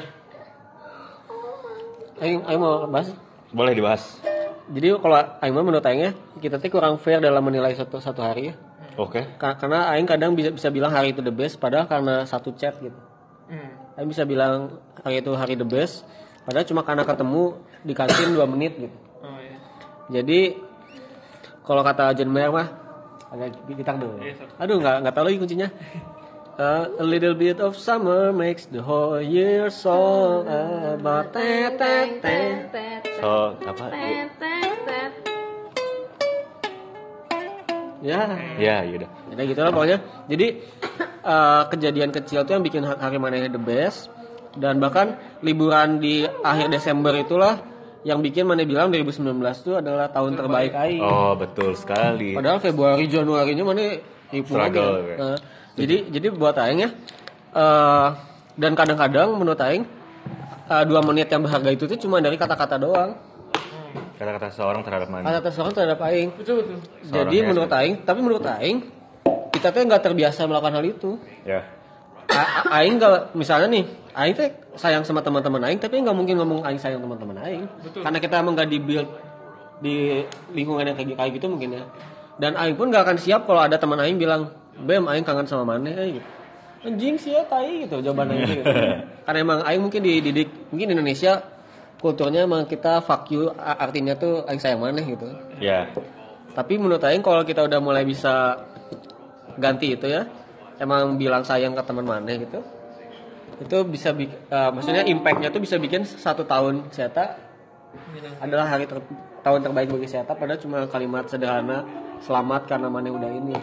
Aing, aing mau bahas.
Boleh dibahas.
Jadi kalau Aing mah menurut Aingnya kita tuh kurang fair dalam menilai satu satu hari ya.
Oke.
Ka- Karena Aing kadang bisa bisa bilang hari itu the best, padahal karena satu chat gitu.
Hmm.
Aing bisa bilang hari itu hari the best, padahal cuma karena ketemu di kantin 2 menit gitu.
Oh iya.
Jadi kalau kata John Mayer mah agak kita dulu.
Iya, satu.
Aduh nggak nggak tahu lagi kuncinya. Uh, a little bit of summer makes the whole year so about te te te.
So apa? Ya,
Ya,
Ya, ya udah.
ya gitu lah pokoknya. Jadi uh, kejadian kecil tuh yang bikin ha- hari mana the best dan bahkan liburan di akhir Desember itulah yang bikin mana bilang 2019 itu adalah tahun terbaik aing.
Oh betul sekali.
Padahal Februari Januarinya mana ribu
Struggle,
aja.
ya.
Nah, jadi jadi buat aing ya eh, dan kadang-kadang menurut aing eh, dua menit yang berharga itu tuh cuma dari kata-kata doang.
Kata-kata seorang terhadap manusia.
Kata-kata seorang terhadap aing.
Betul betul.
Jadi
Seorang
menurut aing, tapi menurut aing kita tuh nggak terbiasa melakukan hal itu.
Ya.
A- a- aing nggak misalnya nih, aing tuh sayang sama teman-teman aing, tapi nggak mungkin ngomong aing sayang teman-teman aing. Karena kita emang nggak di-build di lingkungan yang kayak kayak gitu mungkin ya. Dan aing pun nggak akan siap kalau ada teman aing bilang, "Bem, aing kangen sama maneh." eh," gitu. Anjing sih ya tai gitu jawaban aing gitu. Karena emang aing mungkin dididik, mungkin di Indonesia kulturnya emang kita fuck you a- artinya tuh aing sayang maneh gitu.
Ya.
Tapi menurut Aing kalau kita udah mulai bisa ganti itu ya, emang bilang sayang ke teman mana gitu, itu bisa bi- eh, maksudnya impactnya tuh bisa bikin satu tahun Seta adalah hari ter- tahun terbaik bagi Seta padahal cuma kalimat sederhana selamat karena mana udah ini.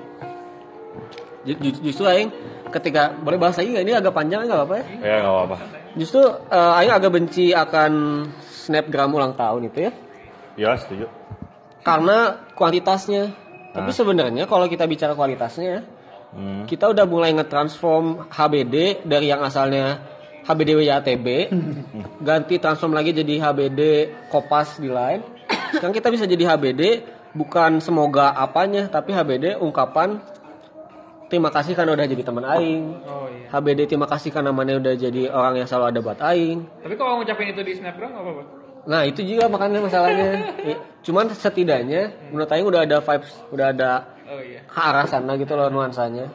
Ju- ju- Justru Aing ketika boleh bahas lagi nggak ini agak panjang nggak apa-apa ya?
Ya nggak apa-apa.
Justru eh, Aing agak benci akan snapgram ulang tahun itu ya
Ya setuju.
karena kuantitasnya. Tapi sebenarnya kalau kita bicara kualitasnya,
Hmm.
kita udah mulai nge-transform HBD dari yang asalnya HBD WYATB, ganti transform lagi jadi HBD Kopas di lain. Sekarang kita bisa jadi HBD bukan semoga apanya, tapi HBD ungkapan terima kasih karena udah jadi teman aing.
Oh iya.
HBD terima kasih karena namanya udah jadi orang yang selalu ada buat aing.
Tapi kalau ngucapin itu di Snapgram nggak apa-apa.
Nah itu juga makanya masalahnya. I- Cuman setidaknya menurut Aing udah ada vibes, udah ada
Oh iya.
ke arah sana gitu loh nuansanya.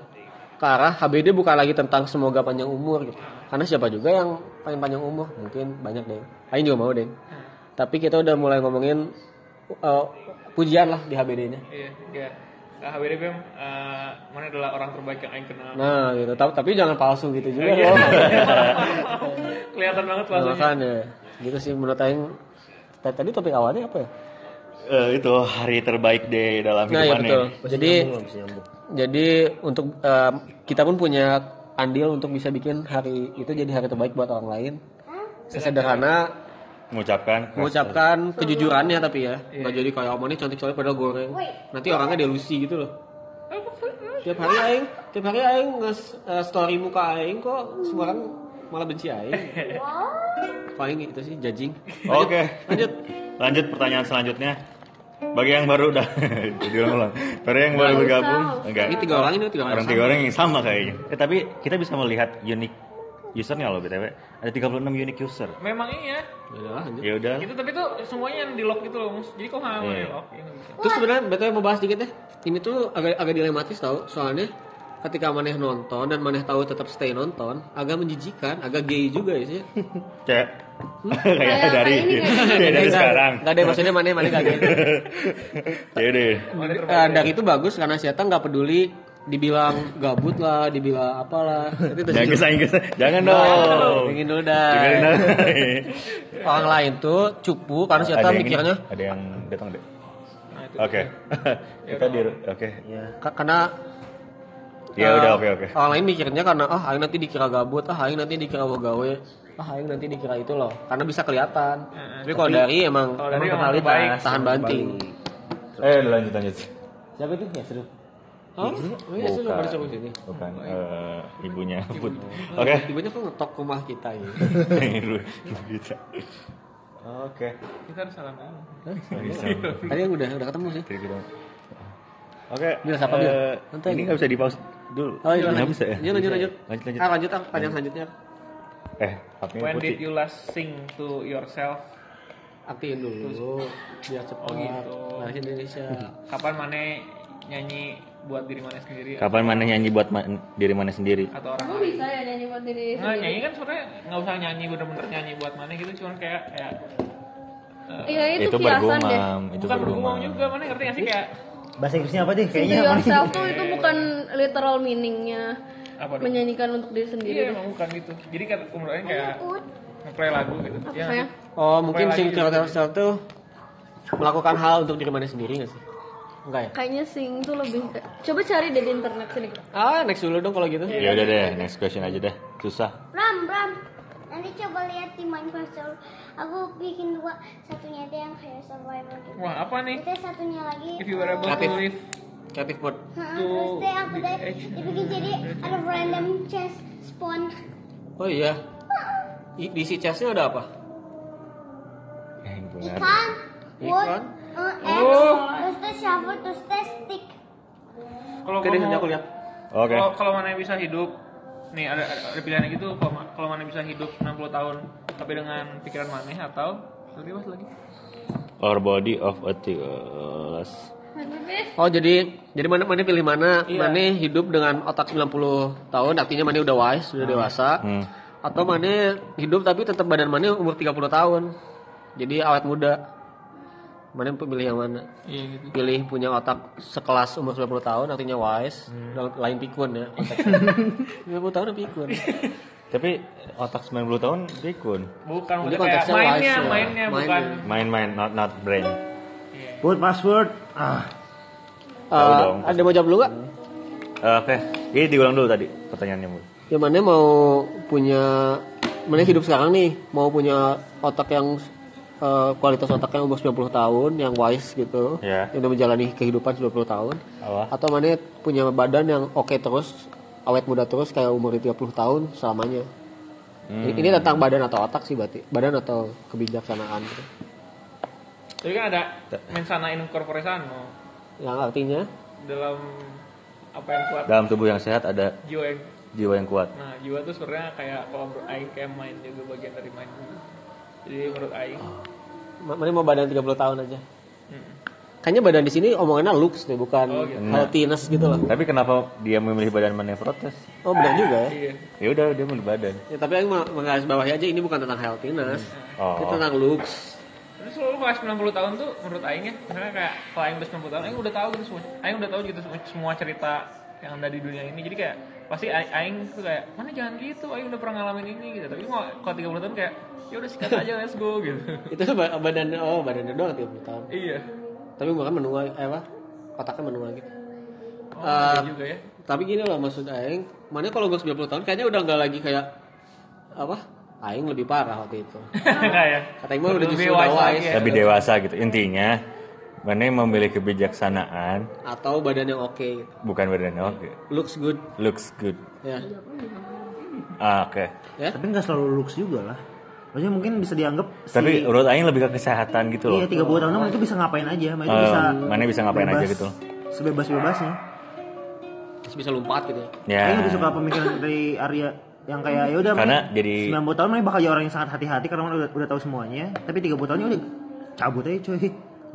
Ke arah HBD bukan lagi tentang semoga panjang umur gitu. Karena siapa juga yang pengen panjang umur? Mungkin banyak deh. Aing juga mau deh. Tapi kita udah mulai ngomongin uh, pujian lah di HBD-nya.
Iya, iya. Nah, HBDB ah, mana adalah orang terbaik yang Aing kenal.
Nah gitu. Ta- Tapi jangan palsu gitu juga
Iya.
dong.
Kelihatan banget
Nah,
langsung.
Makanya. Gitu sih menurut Aing. Ta- Tadi topik awalnya apa ya?
Eh, itu hari terbaik deh dalam
Nah
hidup
ya
Mane.
betul. Jadi
Belum sih nyambung.
Jadi untuk eh, kita pun punya andil untuk bisa bikin hari itu jadi hari terbaik buat orang lain. Sesederhana
Mengucapkan.
mengucapkan kejujurannya tapi ya nggak jadi kayak omongnya cantik soalnya padahal goreng. Nanti orangnya delusi gitu loh. Tiap hari aing, tiap hari aing nge eh, story muka aing kok semua orang malah benci aing. Kok aing itu sih judging.
Oke.
Lanjut.
Lanjut pertanyaan selanjutnya. Bagi yang baru udah *laughs* diulang-ulang. Bagi yang baru bergabung, enggak.
Ini tiga orang ini tiga orang.
Orang tiga orang yang sama kayaknya. Eh, tapi kita bisa melihat unik usernya loh btw ada 36 unique user
Memang iya.
Ya udahlah, lanjut.
ya udah
Itu tapi tuh semuanya yang di lock gitu loh. Mus. Jadi kok nggak mau
Iya.
di lock? Ya, nggak bisa.
Terus sebenarnya betul mau bahas dikit ya. Ini tuh agak agak dilematis tau, soalnya ketika maneh nonton dan maneh tahu tetap stay nonton, agak menjijikan, agak gay juga
*laughs*
ya sih.
kayak
Kayak-
Hmm? *laughs* kayak
kayak
dari
ini,
*laughs*
kayak
kayak dari sekarang
Gak deh maksudnya maneh maneh
*laughs*
gak gay.
ya udah
Eh, dari itu bagus karena Siata nggak peduli dibilang gabut lah, dibilang apalah. Itu
jangan
terjadi.
kesah kesah jangan dong
Dengerin dulu dah.
Dengerin dong.
Orang lain tuh cupu karena Siata
Ada yang ini,
mikirnya
ada yang datang deh
Nah,
*laughs* oke kita di oke
Iya. ka- karena
ya
eh,
udah oke oke
Orang lain mikirnya karena ah aing nanti dikira gabut, ah aing nanti dikira mau gawe, ah aing nanti dikira itu loh. Karena bisa kelihatan. Tapi kalau dari emang
kalau
emang
dari emang
totalitas,
terbaik.
tahan banting.
eh udah lanjut lanjut
Siapa itu? Ya seru. Oh, iya seru
Bukan.
pada seru sini.
bukan eh, ibunya Put. oke *laughs*
Oke. Tiba-tiba kok ngetok rumah kita ini.
Ibu kita. oke
Kita harus salam dulu.
Tadi yang udah udah ketemu sih.
Oke, kita- Oke.
Bil, siapa,
eh,
Bil? Nanti.
ini nggak bisa di pause dulu.
Oh, iya,
Nggak
lanjut.
bisa ya.
Lanjut, lanjut, lanjut.
Lanjut, lanjut.
Ah, lanjut ah, panjang selanjutnya.
Eh, haknya
When
putih.
did you last sing to yourself?
Aktifin dulu. Biar cepat.
Oh, gitu.
Bahasa
*laughs*
Indonesia.
Kapan mana nyanyi buat diri mana sendiri
Kapan mana nyanyi buat ma- diri mana sendiri?
atau orang
Kamu
lain?
bisa ya nyanyi buat diri
Nggak,
sendiri?
nyanyi kan sebenarnya nggak usah nyanyi bener-bener nyanyi buat mana gitu cuman kayak ya
Iya itu, kiasan deh.
Iya.
itu
bukan bergumam
bergumam.
juga mana ngerti nggak sih kayak
Bahasa Inggrisnya apa deh?
To
Kayaknya apa nih?
yourself tuh itu bukan literal meaningnya
apa dong?
menyanyikan untuk diri sendiri.
Iya emang bukan gitu. Jadi kan kemudian kayak ngeplay lagu gitu.
Apa
Iya
ya?
nggak sih?
Oh, mungkin
lagi
sing
gitu.
Charles tuh melakukan hal untuk diri mana sendiri nggak sih? Enggak ya?
Kayaknya sing tuh lebih kayak- coba cari deh di internet sini.
Ah, next dulu dong kalau gitu.
Ya udah deh, next question aja deh. Susah.
Bram, Bram. Nanti coba lihat di Minecraft Soul. Aku bikin dua, satunya itu yang kayak survival gitu.
Wah apa nih?
Terus satunya lagi.
If you were able
Kreatif.
to live
Kreatif buat
Heeh, terus deh aku deh dibikin jadi ada random chest spawn.
Oh iya. I- Di si chestnya ada apa?
Eh, benar.
Ikan, wood,
Ikan.
eh,
Oh.
eggs, terus teh shovel, terus teh stick.
kalau
Oke deh, nanti aku lihat.
Oke.
Kalau kalau mana bisa hidup nih ada ada, ada pilihan gitu kalau ma- kalau mana bisa hidup 60 tahun tapi dengan pikiran maneh atau sorry mas lagi
Or body of a thi- uh, last-
Oh jadi jadi mana mana pilih mana? Mana hidup dengan otak 90 tahun artinya mana udah wise, udah dewasa.
Hmm.
Atau mana hidup tapi tetap badan mana umur 30 tahun. Jadi awet muda. Mana pilih yang mana?
iya gitu
Pilih punya otak sekelas umur 90 tahun artinya wise, dan lain pikun ya. konteksnya. 90 tahun udah pikun.
Tapi otak 90 tahun bikun.
bukan
Jadi
maksudnya kayak
konteksnya
mainnya
wise ya.
mainnya bukan
Mainnya.
Main-main, not not brain. Eh,
Put password. Ah,
Tahu
Eh,
dong.
ada mau jawab dulu nggak?
Eh, Oke, ini diulang dulu tadi pertanyaannya, Bu.
Ya mana mau punya mana hidup sekarang nih mau punya otak yang eh, kualitas otaknya umur 90 tahun yang wise gitu
Ya.
yang udah menjalani kehidupan 90 tahun
Apa?
atau mana punya badan yang oke terus awet muda terus kayak umur 30 tahun selamanya ini,
Hmm.
ini tentang badan atau otak sih berarti badan atau kebijaksanaan gitu.
tapi kan ada mensana in corpore sano
yang artinya
dalam apa yang kuat
Dalam tubuh yang sehat ada
jiwa yang
jiwa yang kuat.
Nah, jiwa tuh sebenarnya kayak kalau menurut Aing kayak main juga bagian dari main juga. Jadi menurut Aing,
ma- mana mau badan 30 tahun aja
mm,
kayaknya badan di sini omongannya looks deh bukan
Oh, gitu.
healthiness gitu loh
Tapi kenapa dia memilih badan mana yang protes?
oh benar juga ya
iya.
Ya udah, dia memilih badan.
Ya tapi yang menggaris bawahi aja ini bukan tentang healthiness.
Oh.
Ini tentang looks.
Terus selalu kelas 90 tahun tuh menurut Aing ya, misalnya kayak kalau Aing udah 90 tahun, Aing udah tahu gitu semua. Aing udah tahu gitu semua, semua cerita yang ada di dunia ini. Jadi kayak pasti Aing, Aing tuh kayak mana jangan gitu, Aing udah pernah ngalamin ini gitu. Tapi mau kalau 30 tahun kayak ya udah sikat aja let's go gitu. *laughs*
Itu ba- badannya oh badannya doang 30 tahun.
iya.
Tapi bukan menua eh apa? Otaknya menua gitu. Eh,
Oh, iya juga ya.
tapi gini loh maksud aing, mana kalau gue 90 tahun kayaknya udah nggak lagi kayak apa? Aing lebih parah waktu itu.
*laughs* Enggak ya.
Kata Iqbal udah
Lebih
justru udah
wise
wise.
lagi ya.
Lebih dewasa gitu. Intinya, mana yang memilih kebijaksanaan
Atau badan yang oke gitu.
bukan badan yang oke.
Looks good
Looks good.
ya.
Ah, oke.
Ya.
tapi nggak selalu looks juga lah. Maksudnya mungkin bisa dianggap si-
Tapi menurut Aing lebih ke kesehatan gitu loh.
Iya, 30 tahun mereka bisa ngapain aja, mereka
Eh,
bisa
mana bisa ngapain aja gitu.
Sebebas-bebasnya.
Terus bisa lompat gitu. ya.
Ya.
Kayaknya lebih suka pemikiran dari Arya yang kayak ya udah
Karena
mana
jadi-
90 tahun mana bakal jadi orang yang sangat hati-hati karena mana udah, udah tahu semuanya tapi 30 tahunnya udah cabut aja cuy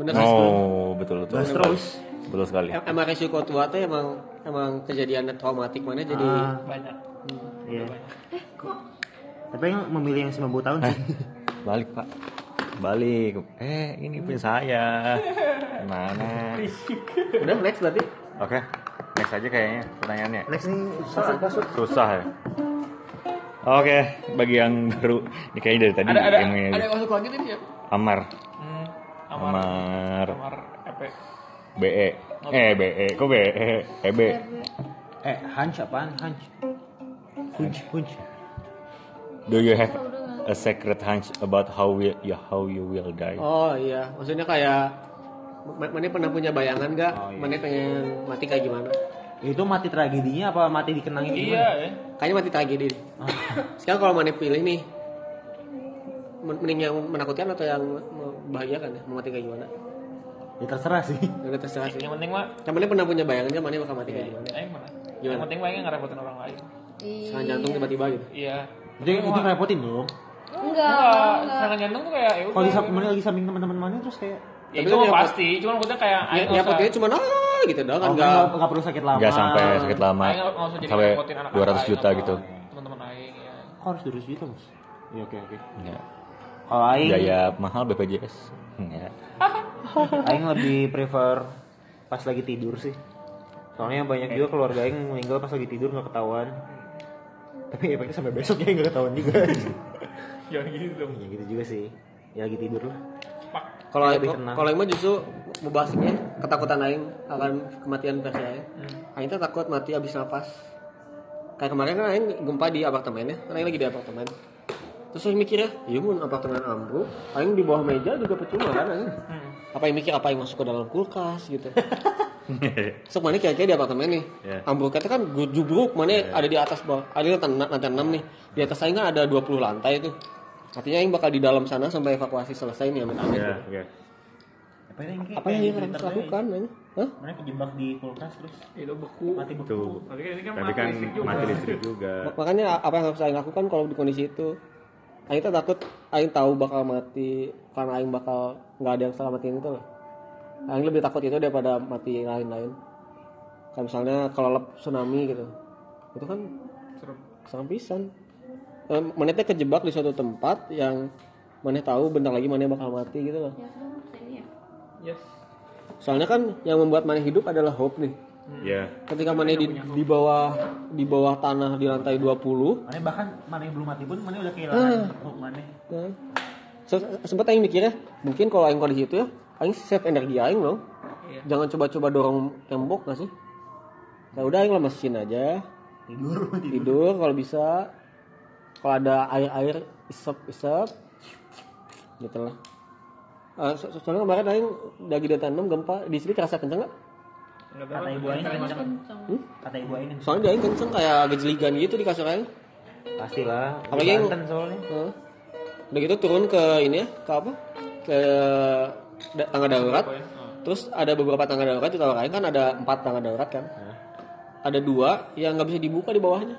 Bener sih.
Oh, betul betul.
gas terus
Betul sekali.
Em- Emang resiko tua tuh emang emang kejadiannya traumatik mana jadi
Ah,
banyak
iya. tapi yang memilih yang 90 tahun sih
*laughs* Balik, Pak. Balik. Eh, ini punya saya. Gimana?
udah next berarti
Oke. Next aja kayaknya pertanyaannya.
next nih soal apa Su?
Susah ya. Oke, bagi yang baru ini kayaknya dari tadi
ada ada
yang ini.
ada yang masuk lagi tadi ya
Amar.
hmm, Amar
Amar.
Amar EP
BE. Eh, E. BE. Kok BE? EB.
eh hunch apaan hunch hunch hunch
Do you have a secret hunch about how will ya how you will die?
oh iya maksudnya kayak ma- mana pernah punya bayangan gak mana pengen mati kayak gimana
itu mati tragedinya apa mati dikenangin
iya ya
kayaknya mati tragedi deh. sekarang kalau mana pilih nih men- mending yang menakutkan atau yang membahagiakan ya mau mati kayak gimana
ya terserah sih
ya udah terserah sih
yang penting mah
yang mana pernah punya bayangannya mana bakal mati kayak gimana
Aing mana?
Gimana?
Yang penting mah Aing ngerepotin orang lain.
serangan jantung tiba-tiba gitu
Iya.
itu itu ngerepotin dong
Enggak.
Enggak, serangan jantung tuh kayak ya
kalau di
udah.
mana lagi samping teman-teman mana terus kayak
Ya,
Tapi
itu
kan
mah
nyopot-
pasti, cuman maksudnya kayak
ya,
Aing
ya
nggak usah
pokoknya cuma ah gitu doang kan
oh,
nggak
nggak nggak perlu sakit lama
Gak sampai sakit lama.
Aing nggak nggak usah Ah. jadi
Sampai
ngerepotin anak
200 juta gitu.
Teman-teman Aing ya.
Kok harus 200 juta bos iya oke oke
Ya.
kalau aing
Biaya mahal BPJS. Hmm, Ya.
aing lebih prefer pas lagi tidur sih soalnya banyak juga keluarga aing meninggal pas lagi tidur nggak ketahuan tapi efeknya sampai besok ya nggak ketahuan *laughs* juga
Ya gitu dong.
ya gitu juga sih ya lagi tidur lah
Pak.
kalau
Yang Iya, lebih tenang.
kalau yang mah justru membahasnya ketakutan aing akan kematian versi aing.
Hmm.
Aing tuh takut mati habis napas. Kayak kemarin kan aing gempa di apartemennya, kan aing lagi di apartemen. Terus aing mikir ya, iya mun apartemen ambruk, aing di bawah meja juga percuma kan aing.
Hmm.
Apa yang mikir apa yang masuk ke dalam kulkas
*laughs*
gitu. Sok mana kira-kira di apartemen nih.
Iya.
Ambruknya tuh kan gu- jubruk mana ada di atas bawah, ada di lantai, lantai 6 nih. Di atas aing kan ada 20 lantai tuh. Artinya aing bakal di dalam sana sampai evakuasi selesai nih amit amit.
*laughs* Ya, oke.
apa yang
Apa yang harus dilakukan? Aing? Hah?
mana kejebak di kulkas terus
Itu beku.
mati
Itu.
beku
Tapi kan ini kan
Tapi
mati
kan
listrik juga.
mati listrik juga.
Mak- Makanya apa yang harus Aing lakukan kalau di kondisi itu? Aing tuh takut Aing tahu bakal mati karena Aing bakal nggak ada yang selamatin itu loh. Aing lebih takut itu daripada mati yang lain-lain. Kayak misalnya kelelep tsunami gitu. Itu kan
Serem.
kesan pisan. Eh, Maneh teh kejebak di suatu tempat yang maneh tahu bentar lagi maneh bakal mati gitu loh.
Yes.
Soalnya kan yang membuat maneh hidup adalah hope nih.
Ya.
Ketika maneh di, di bawah di bawah tanah di lantai 20
mana bahkan mana yang belum mati pun mana udah kehilangan oh, mana
Nah. So, sempat aing mikirnya mungkin kalau aing kondisi itu ya aing save energi aing dong.
Iya.
Jangan coba-coba dorong tembok gak sih? Ya udah aing lemesin aja,
tidur tidur
tidur kalau bisa. Kalau ada air-air isep-isep gitu lah. Eh, so- so- soalnya kemarin aing lagi di tanam gempa di sini kerasa kenceng gak?
Enggak
kata ibu aing kenceng kata ibu aing kan kenceng.
Soalnya di aing kenceng kayak gejeligan gitu di kasur aing.
pastilah
Apalagi
Di
yang-
Banten soalnya
Heeh. Udah gitu turun ke ini ya, ke apa? Ke da- tangga darurat.
ya? Oh.
Terus ada beberapa tangga darurat di Tower Aing kan ada empat tangga darurat kan.
Iya.
Ada dua yang nggak bisa dibuka di bawahnya.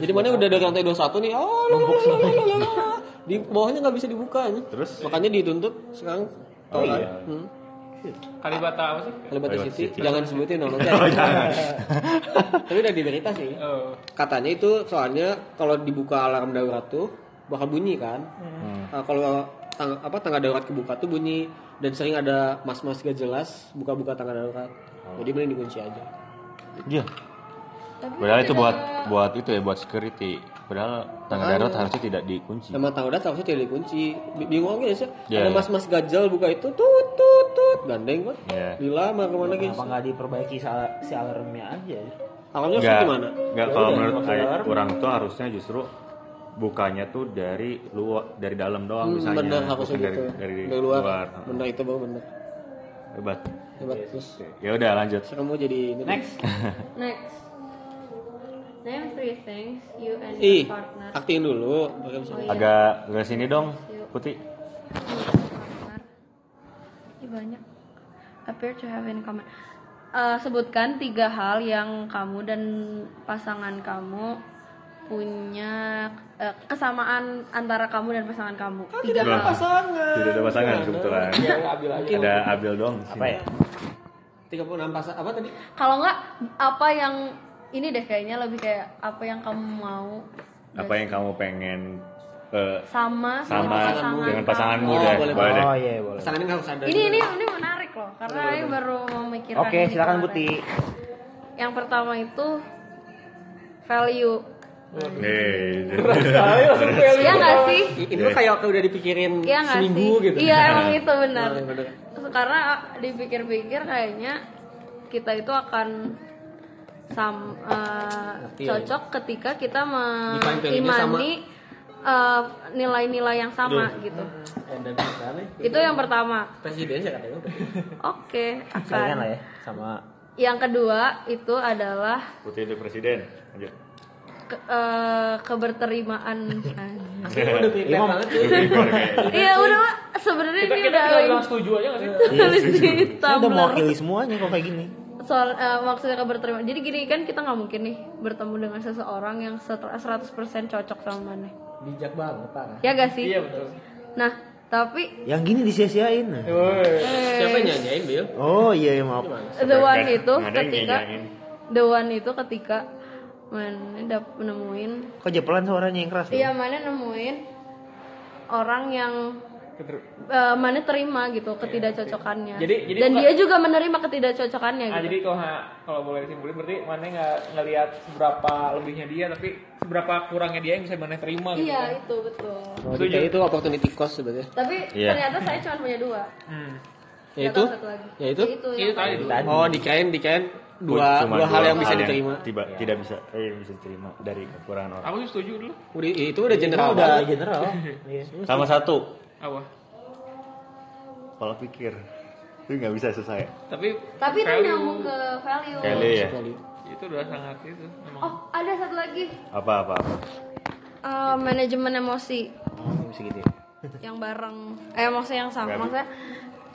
Jadi mana udah dari lantai 21 nih, oh lo, lo, lo, lo, lo, lo,
*laughs*
lo. di bawahnya nggak bisa dibuka ini.
Terus?
makanya dituntut sekarang
Oh
Tower Aing.
iya.
Hmm.
Kalibata apa sih?
Kalibata
Kalibata
City,
City. Oh,
jangan sebutin
*laughs*
dong nanti. *laughs* Tapi udah diberita sih
Oh.
katanya itu soalnya kalau dibuka alarm darurat tuh bakal bunyi kan
Hmm.
Nah, kalau tang- apa tangga darurat kebuka tuh bunyi dan sering ada mas-mas gak jelas buka-buka tangga darurat
Oh.
jadi mending dikunci aja
Iya. Padahal itu buat buat itu ya buat security.
Ah.
Padahal tangga darurat harusnya tidak dikunci.
sama tangga darurat harusnya tidak dikunci Bi- bingung aja sih
Iya,
ada
iya.
mas-mas gajal buka itu tut tut tut gandeng kan
Iya.
dilamar kemana guys
Kenapa nggak diperbaiki si ala- si alarmnya aja?
alarmnya harusnya
Enggak,
gimana
enggak kalau
udah,
menurut
nggak usah
saya
alarm.
orang tuh harusnya justru bukanya tuh dari luar dari dalam doang
hmm,
misalnya
bener
bukan
harusnya
dari,
gitu
dari,
luar,
luar.
bener itu baru bener
Hebat.
hebat terus
Ya udah lanjut.
sekarang mau jadi ini next
Next. Name three things you and
ih
your partner.
Iya. aktiin dulu baru bisa
Agak ke sini dong, Putih.
partner. Ih, banyak. Appear to have in common. Eh, sebutkan tiga hal yang kamu dan pasangan kamu punya eh, kesamaan antara kamu dan pasangan kamu tiga
ada
hal
pasangan. Tidak ada pasangan kebetulan.
Yang Iya, ambil lagi.
Ada Abil dong.
Apa ya?
36 pasang apa tadi?
kalau nggak apa yang ini deh kayaknya lebih kayak apa yang kamu mau
Apa yang kamu pengen eh,
sama
sama
pasangan
dengan
kamu.
pasanganmu
Oh,
deh?
boleh,
Boleh deh.
Oh iya boleh.
Pasangan ini harus ada.
ini ini ini menarik loh karena Ayu baru memikirkan
Oke,
ini
silakan
kemarin.
Putih.
yang pertama itu value
Hei.
Ayo langsung ke
Iya nggak sih
I- Ini mah kayak kayak udah dipikirin
iya nggak
seminggu
sih
gitu.
iya emang itu benar
Nah, bener.
karena dipikir-pikir kayaknya kita itu akan sam eh,
Ngerti ya.
cocok ketika kita
Dipanggilnya sama.
mengimani eh, nilai-nilai yang sama gitu
Eh, dan bisa nih.
itu yang pertama
Presiden ya *laughs* katanya udah.
oke
Saingan lah
akan
ya sama
yang kedua itu adalah
Putih itu presiden. Lanjut.
ke- eh, keberterimaan
*laughs*
Udah prepare banget tuh.
iya udah Mak. sebenarnya
Kita
ini
kita
udah
tinggal
*laughs*
bilang setuju aja nggak sih?
tulis di
Ini udah
Tumblr.
mewakili semuanya kok kayak gini.
soal eh, maksudnya keberterima jadi gini kan kita nggak mungkin nih bertemu dengan seseorang yang set- 100% cocok sama mana
Bijak banget parah.
ya gak sih
Iya betul.
nah tapi
Yang gini disia-siain.
Siapa yang nyanyain Bill?
Oh iya, iya, maaf.
the one
Nggak-
itu
nggak ada yang
ketika
nyanyain.
the one itu ketika mana dap nemuin
Kok jepelan suaranya yang keras? ya?
iya mana nemuin orang yang
Keter-
eh,
Iya,
mana terima gitu ketidakcocokannya
Jadi- jadi
dan
bukan-
dia juga menerima ketidakcocokannya
Nah,
gitu
jadi kalau kalau boleh disimpulin berarti mana nggak ngelihat seberapa lebihnya dia tapi seberapa kurangnya dia yang bisa mana terima gitu.
iya itu betul
Setuju. Oh, Itu opportunity cost sebenarnya.
tapi
Iya.
ternyata saya cuma punya dua
Hmm.
Nggak
Yaitu
tahu satu lagi.
yaitu
Yaitu yang
Itu tadi tuh.
Oh, dikain dikain *laughs* dua
Cuma
dua hal yang
hal
bisa diterima. Ya.
Tiba, Tidak bisa, eh, bisa diterima dari kekurangan orang.
Aku sih setuju dulu.
Udah, ya itu udah general.
Udah
banget.
general. Iya.
Sama satu.
Apa?
Pola pikir. Itu nggak bisa selesai.
Tapi
Tapi itu
value
nyambung ke value.
Kali ya.
Iya.
itu udah sangat itu memang.
Oh, ada satu lagi.
Apa apa. apa.
Eh, manajemen emosi
Oh, bisa gitu ya.
yang bareng. Eh, maksudnya yang sama. Maksudnya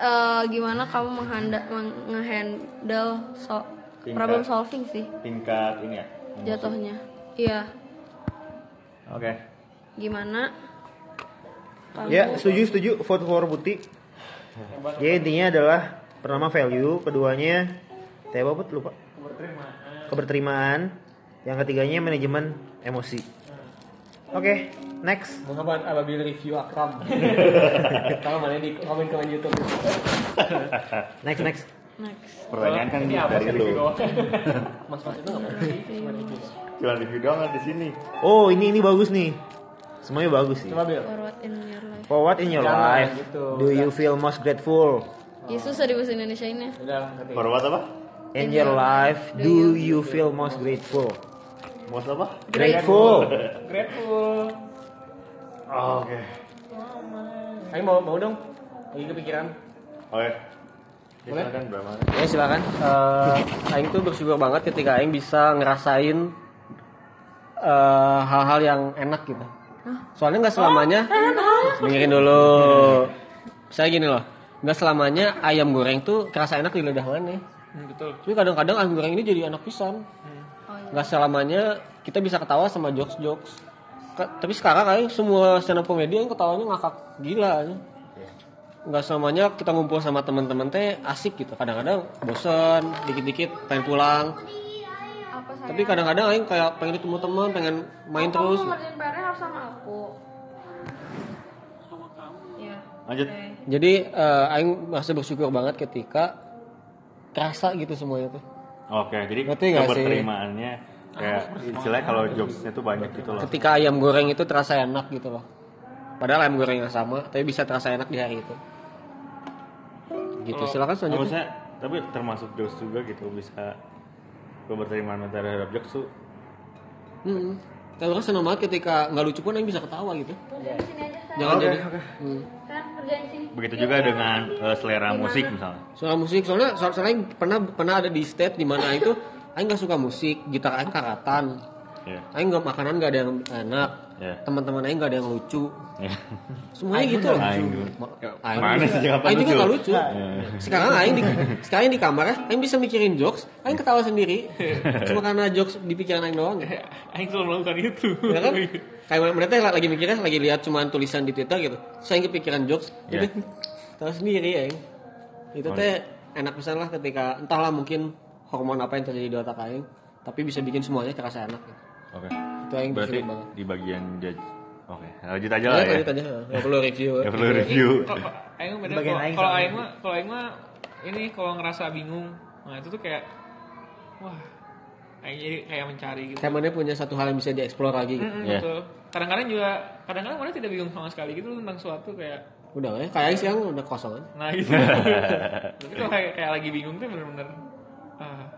eh, gimana kamu menghanda, meng- ngehandle so-
Tingkat.
problem solving sih
Tingkat ini ya.
jatuhnya. Iya.
Oke.
Gimana?
Ya, setuju setuju vote for Buti. Jadi intinya adalah pertama value, keduanya teh apa Put? lupa. Keberterimaan. Yang ketiganya manajemen emosi. Oke, next.
Mengapa apabila review *laughs* Akram? Kalau mana di komen komen YouTube.
Next next.
Next.
Pertanyaan kan
Ini apa
dari
sih
lu.
di bawah?
Mas Mas itu nggak pernah.
Cuma review doang di sini.
Oh, ini ini bagus nih. Semuanya bagus sih.
Coba Bill.
Forward in your life.
For what in your
Jangan
life
gitu.
do you feel most grateful?
Ya susah di bahasa Indonesia ini.
Udah ngerti.
Forward apa?
In your life do you feel most grateful?
Most apa?
Grateful.
Grateful.
Oke.
Ayo mau mau dong. Lagi kepikiran.
Oke. Ya, silakan Brahma.
Ya silakan. Eh, Aing tuh bersyukur banget ketika Aing bisa ngerasain eh, hal-hal yang enak gitu. Soalnya nggak selamanya. Dengerin dulu. Saya gini loh. Nggak selamanya ayam goreng tuh kerasa enak di lidah mana.
Hmm, betul.
Tapi kadang-kadang ayam goreng ini jadi enak pisan. Nggak selamanya kita bisa ketawa sama jokes-jokes. Ke- Tapi sekarang Aing semua stand up comedy yang ketawanya ngakak gila. Aing nggak semuanya kita ngumpul sama teman-teman teh asik gitu kadang-kadang bosan dikit-dikit pengen pulang
Apa saya?
tapi kadang-kadang aing kayak pengen ketemu teman pengen main terus
Kamu ngerjain PR-nya harus sama aku. Iya.
Lanjut.
Oke.
jadi eh, aing merasa bersyukur banget ketika kerasa gitu semuanya tuh
Oke, jadi
Ngerti nggak sih?
keberterimaannya kayak istilahnya kalau jokesnya tuh banyak gitu loh.
ketika ayam goreng itu terasa enak gitu loh padahal ayam goreng yang sama tapi bisa terasa enak di hari itu gitu silakan
Nah,
selanjutnya
maksudnya, tapi termasuk jokes juga gitu bisa keberterimaan terhadap jokes tuh.
hmm. Tapi orang senang banget ketika nggak lucu pun aing bisa ketawa gitu
Di Iya. sini aja saya.
jangan jadi Hmm.
Kan kerjain sini.
Begitu juga dengan eh, selera musik misalnya.
soal musik soalnya soal soalnya Aing pernah pernah ada di state di mana itu Aing nggak suka musik gitar Aing karatan
Iya.
Aing nggak makanan nggak ada yang enak.
Iya.
Teman-teman Aing nggak ada yang lucu.
Iya. *laughs*
Semuanya gitu loh.
Aing dulu.
Ma-
Mana sih jawaban
Aing juga
lucu? Iya.
nggak lucu. Sekarang Aing di sekarang di kamar, ya, Aing bisa mikirin jokes, Aing ketawa sendiri. Cuma karena jokes di pikiran Aing doang. Ya
Aing selalu melakukan itu.
Ya
Iya.
kan? Kayak mereka lagi mikirnya, lagi lihat cuma tulisan di Twitter gitu. Terus Aing kepikiran jokes, jadi
Iya.
tahu sendiri Aing. Itu teh enak pesan lah ketika entahlah mungkin hormon apa yang terjadi di otak Aing, tapi bisa bikin semuanya kerasa enak. gitu.
Oke.
Itu Aing
Berarti
bersyukur banget.
di bagian judge. Oke, lanjut aja lah
Ya,
ya.
lanjut aja. Nggak perlu review.
Gak perlu review.
Kalau- Aing mah beda
Bagian
kalau-
Aing
kalau
sama
Aing mah kalau Aing mah ini kalau ngerasa bingung, nah itu tuh kayak wah Aing jadi kayak mencari gitu.
Kayak mana punya satu hal yang bisa dieksplor lagi. gitu.
Mm-mm,
Iya.
betul. Kadang-kadang juga kadang-kadang mana tidak bingung sama sekali gitu tentang suatu kayak
Udah lah ya, kayaknya sekarang udah kosong kan.
nah
*laughs*
gitu. Tapi kalau kayak, kayak lagi bingung tuh bener-bener ah,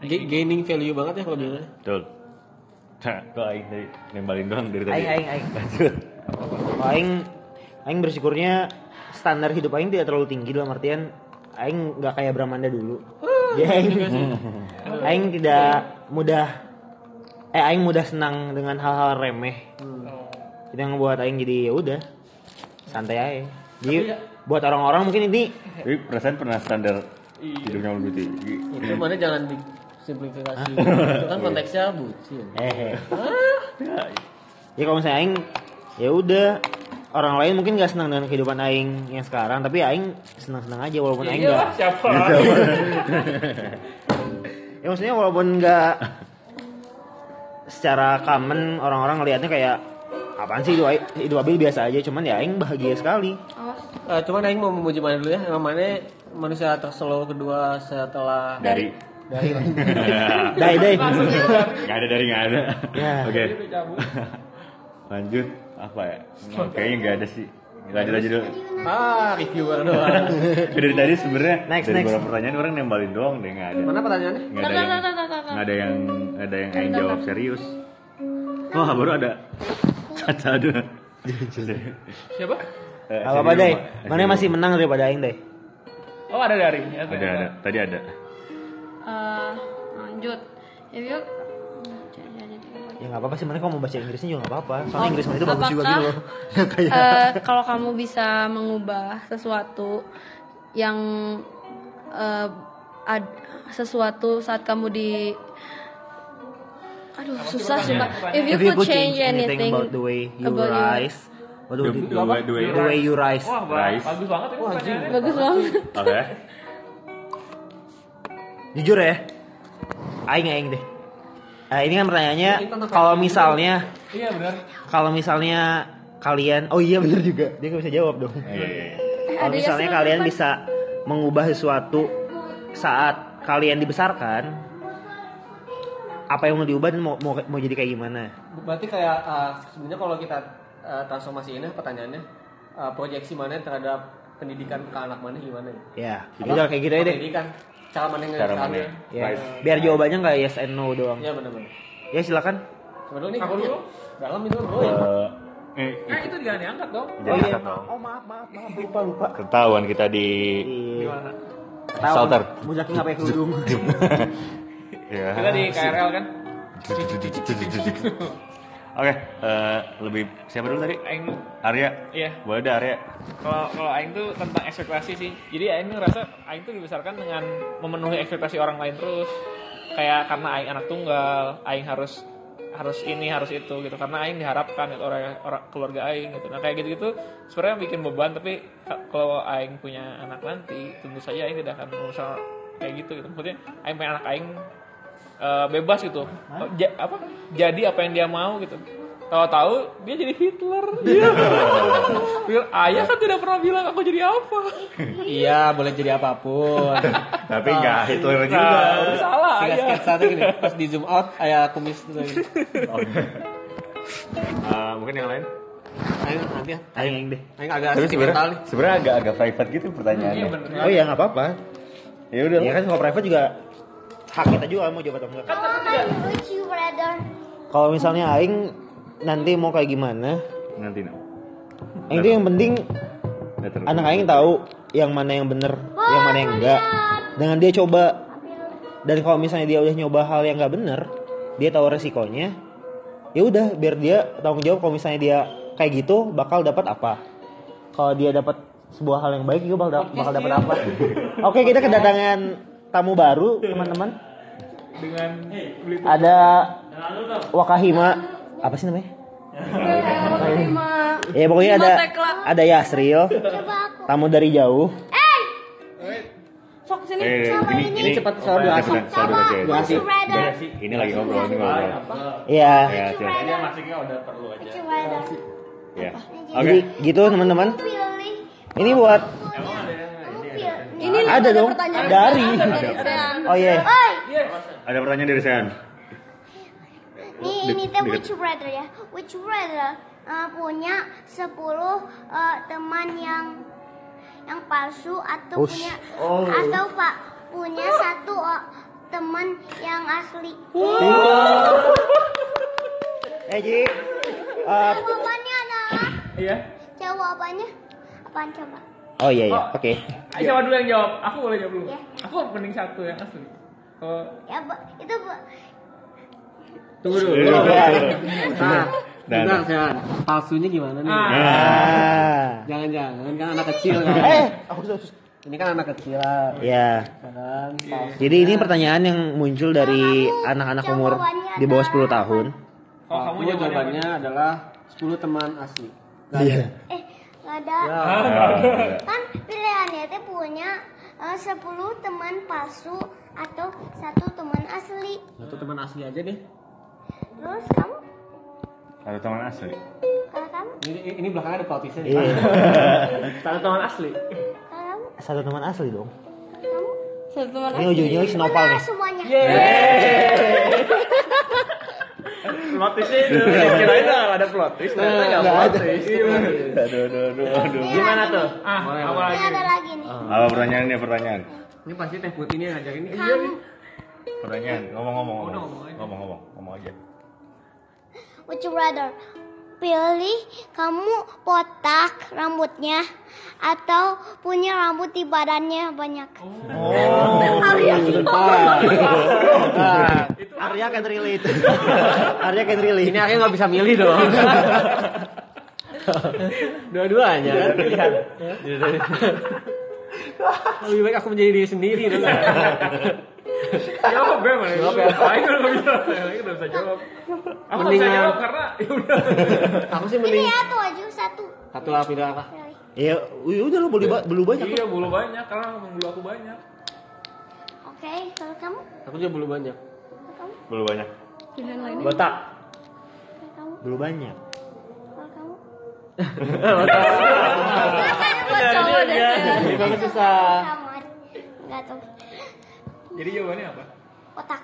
Ga- Gaining value banget ya kalau bilang.
Betul. Nah, kok Aing tadi nembalin doang dari tadi.
Aing, aing, aing. Kalau aing, aing bersyukurnya standar hidup aing tidak terlalu tinggi dalam artian aing nggak kayak Bramanda dulu. Ya, aing, *laughs* aing tidak mudah eh aing mudah senang dengan hal-hal remeh. Itu yang buat aing jadi ya udah santai aja. Jadi buat orang-orang mungkin ini
Tapi perasaan pernah standar hidupnya lebih tinggi.
Itu mana jangan *laughs* disimplifikasi. Itu kan konteksnya bucin.
eh ya kalau misalnya aing ya udah orang lain mungkin gak senang dengan kehidupan aing yang sekarang tapi aing senang-senang aja walaupun aing
iya lah
gak
siapa lagi?
ya maksudnya walaupun gak secara common orang-orang ngelihatnya kayak apaan sih hidup, Aing- hidup abil biasa aja cuman ya aing bahagia sekali
Awas.
Eh, cuman Aing mau memuji mana dulu ya. Emang mana manusia terselo kedua setelah
Dari.
dari
*laughs*
*laughs*
dai dai
Gak ada dari gak ada.
Ya.
Oke. *laughs* Lanjut apa ya? Hmm, Kayaknya gak ada sih. Lanjut aja dulu.
ah reviewer doang.
*laughs* Dari tadi sebenarnya
Next,
dari
next.
beberapa pertanyaan orang nembalin doang deh nggak ada.
Mana pertanyaannya?
Nggak ada yang nggak ada yang nggak ada yang aing jawab serius. Wah baru ada. Caca ada.
siapa?
Eh,
Gak apa-apa dai
serius, Mak.
mana masih menang daripada aing dai
Oh ada dari. Ya,
Ada ada. Tadi ada.
Eh, lanjut. Ya, yuk.
ya nggak apa-apa sih mana kalau mau baca Inggrisnya juga nggak apa-apa soalnya Inggris mana itu bagus juga gitu loh kayak
Eh, kalau kamu bisa mengubah sesuatu yang eh, ad- sesuatu saat kamu di aduh susah sumpah if you could change anything
about the way you
about your-
rise, what
Dua
would it be?
dua dua.
the way you rise.
Wah, ba-
Rice.
bagus banget ini pertanyaannya.
bagus banget
Oke.
Jujur ya, aing aing deh. Nah, ini kan pertanyaannya, kalau misalnya,
Iya benar.
kalau misalnya kalian, oh iya bener juga, dia nggak bisa jawab dong.
Iya, iya, iya.
Kalau misalnya kalian bisa mengubah sesuatu saat kalian dibesarkan, apa yang mau diubah dan mau mau, mau jadi kayak gimana?
Berarti kayak eh, sebenarnya kalau kita eh, transformasi ini pertanyaannya eh, proyeksi mana terhadap pendidikan ke anak mana gimana ya?
Ya, udah kayak gitu aja deh.
Pendidikan cara mana
Cara mana?
ngelihat
Ya,
Rise.
biar jawabannya nggak yes and no doang.
Iya benar-benar.
Ya silakan.
Coba dulu nih.
Aku dulu.
Dalam itu
Oh,
bro.
iya.
ya.
Eh, eh,
Nah itu jangan diangkat dong.
jangan angkat dong.
Oh maaf maaf maaf lupa lupa. Iya.
Ketahuan kita di Iya.
Gimana?
Tahu.
Salter.
Muzaki nggak pakai *laughs* kerudung.
Ya.
Kita di KRL kan.
*laughs* Oke, eh, lebih siapa dulu tadi?
Aing
Arya.
Iya.
Boleh ada Arya.
kalau kalau Aing tuh tentang ekspektasi sih. Jadi Aing tuh ngerasa Aing tuh dibesarkan dengan memenuhi ekspektasi orang lain terus. Kayak karena Aing anak tunggal, Aing harus harus ini harus itu gitu karena Aing diharapkan itu orang, orang keluarga Aing gitu. Nah kayak gitu gitu sebenarnya bikin beban tapi ka- kalau Aing punya anak nanti tentu saja Aing tidak akan berusaha kayak gitu gitu. Maksudnya Aing punya anak Aing eh, bebas gitu. Ja- apa? Jadi apa yang dia mau gitu. Tahu-tahu dia jadi Hitler. Iya. *laughs* Bilang, ayah kan tidak pernah bilang aku jadi apa.
Iya, boleh jadi apapun.
Tapi nggak Hitler juga.
Nah, itu *laughs* salah
Sehingga
ayah.
sketsa tuh gini, pas di zoom out, ayah kumis tuh gini.
Eh, mungkin yang lain.
Aing nanti ya.
Aing aing deh.
Aing agak
Tapi
sentimental
sebenarnya
nih.
sebenarnya agak agak private gitu pertanyaannya.
Oh iya nggak apa-apa.
Ya udah.
Ya kan kalau private juga hak kita juga mau jawab atau enggak.
Oh, I'm with you, brother.
Kalau misalnya aing nanti mau kayak gimana?
Nanti no.
Aing tuh yang penting
Nggak terlalu.
anak aing tahu yang mana yang bener, yang mana yang enggak. Dengan dia coba dan kalau misalnya dia udah nyoba hal yang nggak bener, dia tahu resikonya. ya udah biar dia tanggung jawab kalau misalnya dia kayak gitu bakal dapat apa kalau dia dapat sebuah hal yang baik juga bakal, da- bakal dapat apa oke kita kedatangan tamu baru teman-teman
dengan
ada Wakahima apa sih namanya ya pokoknya ada
Tekla.
ada Yasril
Coba aku.
tamu dari jauh
Eh,
Sok sini.
Eh, ini, ini
Cepat, selalu
Cepetan,
diasih.
selalu diasih aja.
Coba,
Diasih.
Brother.
Ini lagi ngobrol, ini ngobrol.
ya
Ya, ya,
Brother.
maksudnya udah perlu aja.
Coba, brother.
ya. Oke.
jadi gitu teman-teman
Pilih.
ini buat
Kamu pilih.
Ini
Ada
ada
dong.
pertanyaan
Dari.
dari Sean.
oh iya
Oi,
Ada pertanyaan dari Sean.
nih ini teh which brother ya? Which brother eh, punya 10 eh, teman yang yang palsu atau
Ush.
punya
Oh.
atau pak punya satu eh, teman yang asli.
eh jadi eh,
Jawabannya adalah
Iya.
jawabannya apaan coba?
oh iya iya oke
Ayo siapa dulu yang jawab? Aku boleh jawab dulu.
Iya.
Aku mending satu yang asli. Oh,
Ya bu- itu bu-
Tunggu dulu.
Iya.
Nah,
Dah,
bentar
dah.
Sean. Palsunya gimana nih?
Ah.
Nah.
ah
Jangan-jangan kan anak kecil kan.
eh aku sudah
Ini kan anak kecil lah.
ya
Kan
Iya.
palsu.
Jadi ini pertanyaan yang muncul dari anak-anak umur di bawah 10 tahun.
Kamu
kalau kamu jawabannya
jawabannya adalah 10 teman asli. Ya,
Iya.
eh nggak ada.
Ya.
Ah.
Kan pilihannya teh punya eh, 10 teman palsu atau satu teman asli.
Satu teman asli aja deh.
Terus kamu
Ada teman asli.
kalau kamu
Ini, ini belakangnya ada pelatihan.
Iya.
*laughs*
satu teman asli.
kalau kamu
Satu teman asli dong.
kamu
Satu teman
Ini ujung-ujungnya sinopal
Benar
nih.
semuanya.
Plot twist itu. Kirain nggak ada plot twist. Ternyata
Nah,
nggak plot twist.
Aduh, aduh, aduh, aduh.
Ini Gimana lagi tuh?
Ah, apa
Ini
lagi?
ada lagi nih.
Apa pertanyaannya, pertanyaan?
Ini pasti teh putih ini yang ngajarin ini.
Kamu
Pertanyaan, ngomong-ngomong,
Udah,
ngomong,
ngomong aja.
ngomong-ngomong, ngomong aja.
would you rather pilih kamu botak rambutnya atau punya rambut di badannya banyak?
Nah,
Arya can relate. *laughs* Arya can relate.
Ini akhirnya nggak bisa milih dong. Dua-duanya kan pilihan. Lebih baik aku menjadi diri sendiri dong.
*laughs* Jawab gue mana?
Jawab ya.
Aing udah nggak bisa. Aing udah bisa jawab. Aku nggak bisa
Mendingan-
jawab karena ya udah.
Aku sih
Ini
mending
ya tuh aja satu.
satu lah pilihan apa?
Pilih.
Ya ya udah lu beli ba- beli banyak.
Iya, bulu banyak karena emang bulu aku banyak.
Oke, kalau kamu,
Aku juga belum banyak.
kalau kamu,
Belum banyak.
Pilihan lainnya.
Botak.
kalau kamu,
Beli banyak.
kalau *laughs* kamu.
Buat cowok deh, Sean.
Gimana susah?
Kamar. Enggak tahu.
Jadi jawabannya apa?
Otak.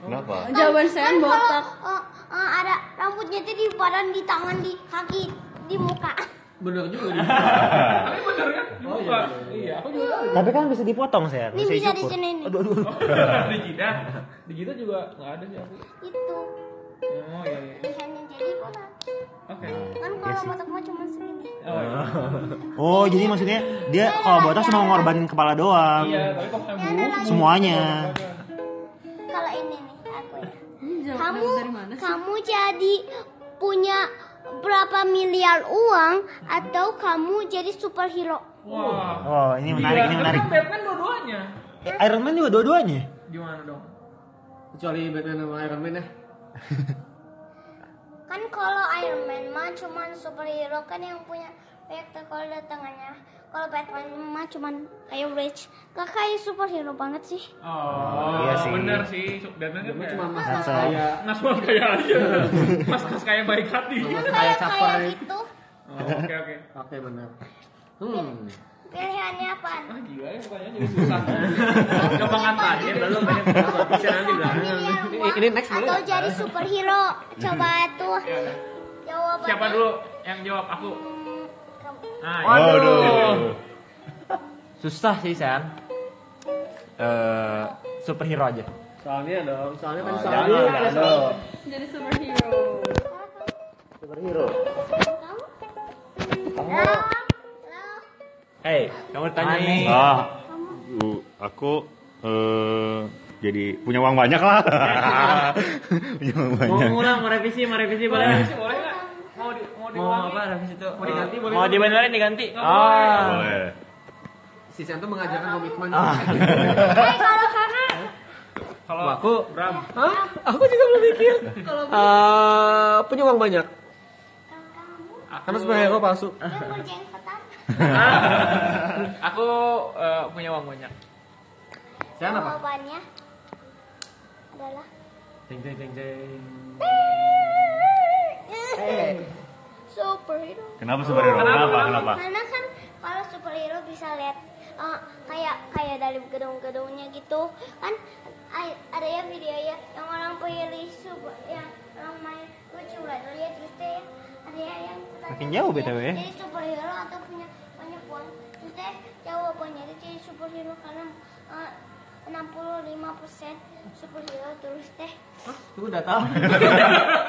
Kenapa?
Jawaban Sean
Kan kalau,
botak.
eh, eh, ada rambutnya itu di badan, di tangan, di kaki, di muka.
Bener juga.
*laughs*
Tapi bener kan? Dibuka. Iya, aku *laughs* juga.
Tapi kan bisa dipotong, Ser.
Ini
Bisa
bisa
dicukur.
dijenin.
Aduh aduh.
Oh. *laughs* Di jidat. Di jidat juga nggak ada sih aku.
Itu
Oh iya. iya.
pilihannya jadi botak.
Oke.
Hmm.
Kan
Iya
kalau botak mah cuma segini.
Oh iya.
Oh, jadi maksudnya dia kalau botak cuma ngorbanin kepala doang.
Iya, tapi kok kayak
Ini ada
bulu?
lagi.
Semuanya.
Kalau ini nih aku ya.
Ini jawaban
Kamu
dari mana sih?
kamu jadi punya berapa miliar uang atau kamu jadi superhero?
Wah.
Oh, ini menarik, ini
Gila,
menarik.
Kan Batman dua-duanya.
Eh, Iron Man juga dua-duanya.
Gimana dong?
Kecuali Batman sama Iron Man ya.
Kan kalau Iron Man mah cuman superhero kan yang punya reaktor kalau datangannya. Kalau Batman mah cuman kayak rich. Gak kayak superhero banget sih.
Oh,
Iya sih.
bener sih. Batman kan kayak-
Cuma masalah
Masa.
kayak
Mas mas kayak *laughs* aja. Mas mas kayak baik hati.
masalah Iya, kayak
Kayak
caper.
kayak gitu.
Oh, Oke oke.
Oke benar. Hmm.
Pilihannya
*laughs*
apaan?
Ah gila ya pertanyaannya jadi *laughs* susah. Gampang tanya belum banyak banget. Bisa
Berapa
nanti belakangan.
miliar
Ini-
uang
ini next boleh
atau
nggak? Iya.
jadi superhero?
*laughs*
Coba tuh. Jawabannya.
Siapa dulu yang jawab aku?
Hmm, kamu.
Ah, iya.
Waduh.
Susah sih, San. Eh, superhero aja.
Soalnya dong, soalnya kan
jangan,
soalnya
jangan
dong.
Jadi superhero.
Superhero.
Kamu? Hmm, lo, lo.
Hei, kamu tanya nih.
Ah, aku Ah. eh jadi punya uang banyak lah *laughs* punya uang
Mau
banyak
ngulang, mau revisi, mau revisi boleh. nggak?
boleh nggak? Mau di,
Mau
mau diulangi?
apa revisi itu? Mau
diganti, boleh
Mau
nggak?
dibenerin diganti.
Ah.
boleh.
Oh.
boleh
Si Santo mengajarkan komitmen. Eh,
Hai, Eh, kalau kakak
Kalau
Aku
Bram,
Hah? Aku juga belum mikir. Eh, punya uang banyak. Karena sebenarnya gue palsu.
yang berjenggotan.
aku eh, punya uang banyak.
Jawabannya adalah
Jeng jeng jeng jeng.
Eh.
*laughs* superhero.
kenapa superhero kenapa kenapa
Karena kan kalau superhero bisa lihat eh, kayak kayak dari gedung-gedungnya gitu kan ai- ada ya video ya yang orang pilih super yang orang main lucu lah dulu ya terus teh ada ya yang
Makin jauh BTW ya.
jadi superhero atau punya banyak uang terus teh jawabannya itu jadi superhero karena eh, 65% superhero terus teh
Tuh udah tahu.